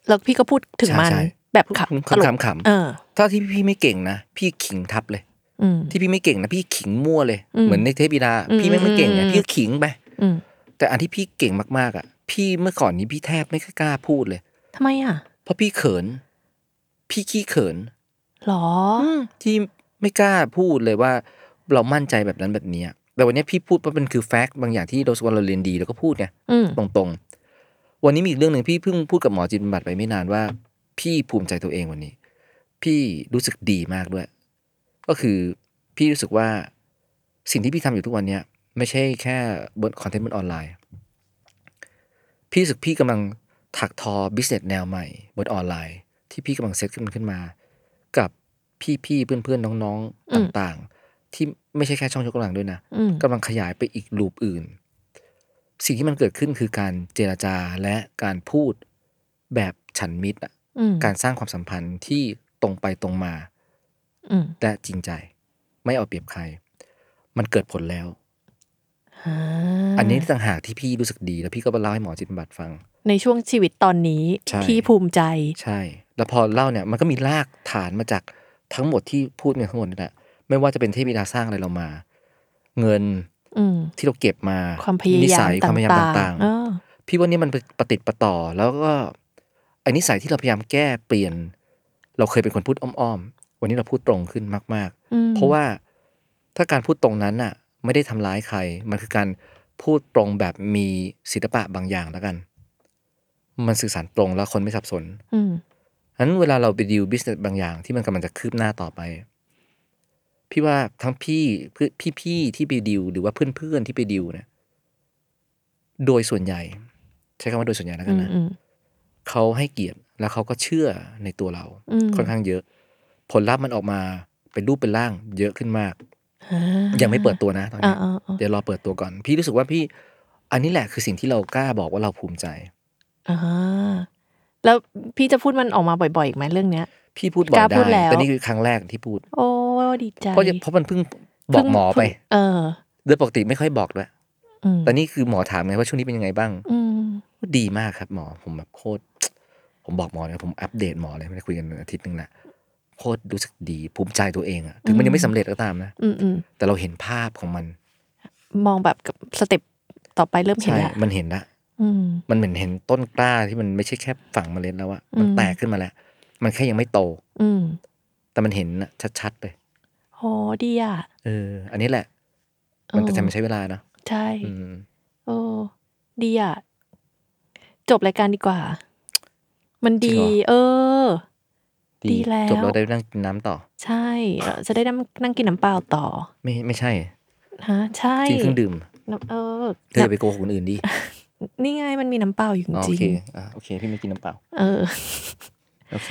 แล้วพี่ก็พูดถึงมัน ใช่ใช่ แบบขำ ข ตลก ำขำ เออ ถ้าที่พี่ไม่เก่งนะ พี่ขิงทับเลย อืม ที่พี่ไม่เก่งนะ พี่ขิงมั่วเลย อืม เหมือนในเทพบิดา อืม พี่ไม่งไม่เก่ง อื นะ ม พี่ก็ขิงไป อืม แต่อันที่พี่เก่งมากๆอ่ะ พี่เมื่อก่อนนี้พี่แทบไม่กล้าพูดเลย ทำไมอ่ะ เพราะพี่เขิน พี่ขี้เขิน หรอ ที่ไม่กล้าพูดเลยว่าเรามั่นใจแบบนั้นแบบนี้อะแต่วันนี้พี่พูดว่ามันคือแฟกต์บางอย่างที่เราสกว่าเราเรียนดีเราก็พูดไง อืม ตรงๆ วันนี้มีอีกเรื่องหนึ่งพี่เพิ่งพูดกับหมอจิตบำบัดไปไม่นานว่า พี่ภูมิใจตัวเองวันนี้ พี่รู้สึกดีมากด้วย ก็คือพี่รู้สึกว่าสิ่งที่พี่ทำอยู่ทุกวันเนี้ยไม่ใช่แค่บนคอนเทนต์บนออนไลน์ พี่รู้สึกพี่กำลังถักทอบิสเนสแนวใหม่บนออนไลน์ ที่พี่กำลังเซตขึ้นมันขึ้นมา กับพี่ๆเพื่อนๆน้องๆ อื ต ม ่างๆ ที่ไม่ใช่แค่ช่องยกกำลังด้วยนะ อืม กำลังขยายไปอีกรูปอื่น สิ่งที่มันเกิดขึ้นคือการเจรจาและการพูดแบบฉันมิตรอะ อืม การสร้างความสัมพันธ์ที่ตรงไปตรงมา อืม และจริงใจ ไม่เอาเปรียบใคร มันเกิดผลแล้ว อ่า อันนี้ต่างหากที่พี่รู้สึกดี แล้วพี่ก็มาเล่าให้หมอจิตบำบัดฟัง ในช่วงชีวิตตอนนี้ ใช่ ที่ภูมิใจ ใช่ แล้วพอเล่าเนี่ยมันก็มีรากฐานมาจากทั้งหมดที่พูดเนี่ยทั้งหมดนี่แหละไม่ว่าจะเป็นเทพบิดาสร้างอะไรเรามา เงิน อืม ที่เราเก็บมา ความพยายาม นิสัยความพยายามต่าง เออ ๆ พี่ว่านี่มันประติดประต่อ แล้วก็ไอ้นิสัยที่เราพยายามแก้เปลี่ยน เราเคยเป็นคนพูดอ้อมๆ วันนี้เราพูดตรงขึ้นมาก อืม ๆ เพราะว่าถ้าการพูดตรงนั้นน่ะ ไม่ได้ทำร้ายใคร มันคือการพูดตรงแบบมีศิลปะบางอย่างแล้วกัน มันสื่อสารตรงแล้วคนไม่สับสน อืม ฉะนั้นเวลาเราไปดีลบิสเนสบางอย่างที่มันกำลังจะคืบหน้าต่อไป พี่ว่าทั้งพี่เพื่อนพี่ๆที่ไปดิวหรือว่าเพื่อนๆที่ไปดิวเนี่ยโดยส่วนใหญ่ ใช้คำว่าโดยส่วนใหญ่แล้ว อื กัน ม นะ อืม เขาให้เกียรติแล้วเขาก็เชื่อในตัวเรา อืม ค่อนข้างเยอะ ผลลัพธ์มันออกมาเป็นรูปเป็นร่าง เยอะขึ้นมาก อ่า ยังไม่เปิดตัวนะตอน อ่า นี้ อ่าอ่า เดี๋ยวรอเปิดตัวก่อน พี่รู้สึกว่าพี่ อันนี้แหละคือสิ่งที่เรากล้าบอกว่าเราภูมิใจ อ่าแล้วพี่จะพูดมันออกมาบ่อยๆอีกไหมเรื่องเนี้ย พี่พูดบ่อก ย ล้า ได้ พูดแล้ว แต่นี่คือครั้งแรกที่พูด โอ้ดีใจ เพราะเพราะมันเพิ่งบอกหมอไป เพิ่งเพิ่งเออ โดยปกติไม่ค่อยบอกด้วย อืม แต่นี่คือหมอถามไงว่าช่วงนี้เป็นยังไงบ้าง อืม ดีมากครับหมอผมแบบโคตร ผมบอกหมอเลยผมอัปเดตหมอเลยไม่ได้คุยกันอาทิตย์หนึ่งละโคตรรู้สึกดีภูมิใจตัวเองอะถึงมันยังไม่สำเร็จก็ตามนะ อืมอืม แต่เราเห็นภาพของมัน มองแบบกับสเต็ปต่อไปเริ่มเห็น ใช่ ละ มันเห็นละ อืม มันเหมือนเห็นต้นกล้าที่มันไม่ใช่แค่ฝังเมล็ดแล้วอะมัน อืม แตกขึ้นมาแล้ว มันแค่ยังไม่โต อืม แต่มันเห็นน่ะชัดๆเลย โหดีอ่ะ เออ อันนี้แหละ มันแต่ เออ จะมันใช้เวลาเนอะ ใช่ อืม โอ้ดีอ่ะ จบรายการดีกว่า มันดี เออ ดีแล้ว จบเราได้นั่งกินน้ำต่อ ใช่เราจะได้นั่งนั่งกินน้ำเปล่าต่อ ไม่ไม่ใช่ ฮะใช่ กินเครื่องดื่ม น้ำเออ เธออย่าไปโกหกคนอื่นดิ นี่ไงมันมีน้ำเปล่าอยู่จ อ๋อโอ ริง เคอ่ะโอเค พี่ไม่กินน้ำเปล่า ๆเออ โอเค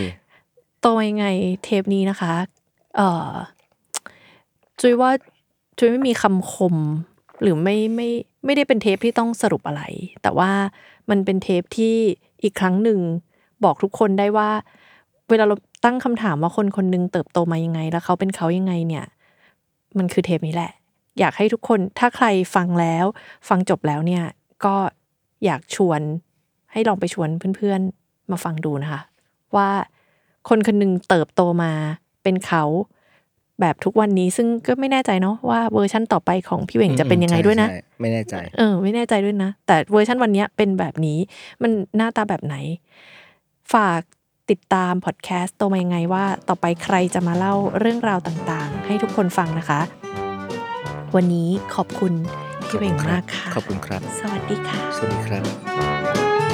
โตยังไงเทปนี้นะคะ เอ่อ จุยว่าจุยไม่มีคำคม หรือไม่ไม่ไม่ได้เป็นเทปที่ต้องสรุปอะไร แต่ว่ามันเป็นเทปที่อีกครั้งหนึ่ง บอกทุกคนได้ว่า เวลาเราตั้งคำถามว่าคนคนหนึงเติบโตมายังไง แล้วเขาเป็นเขายังไงเนี่ย มันคือเทปนี้แหละ อยากให้ทุกคนถ้าใครฟังแล้ว ฟังจบแล้วเนี่ย ก็อยากชวน ให้ลองไปชวนเพื่อนๆ มาฟังดูนะคะ ว่าคนคนหนึ่งเติบโตมาเป็นเขา แบบทุกวันนี้ซึ่งก็ไม่แน่ใจเนาะว่าเวอร์ชั่นต่อไปของพี่เหว่งจะเป็นยังไงด้วยนะ ใช่ใช่ไม่แน่ใจ เออไม่แน่ใจด้วยนะ แต่เวอร์ชันวันเนี้ยเป็นแบบนี้มันหน้าตาแบบไหน ฝากติดตามพอดแคสต์โตมายังไงว่าต่อไปใครจะมาเล่าเรื่องราวต่างๆ ให้ทุกคนฟังนะคะ วันนี้ขอบคุณพี่เหว่งมากค่ะ ขอบคุณครับ สวัสดีค่ะ สวัสดีครับ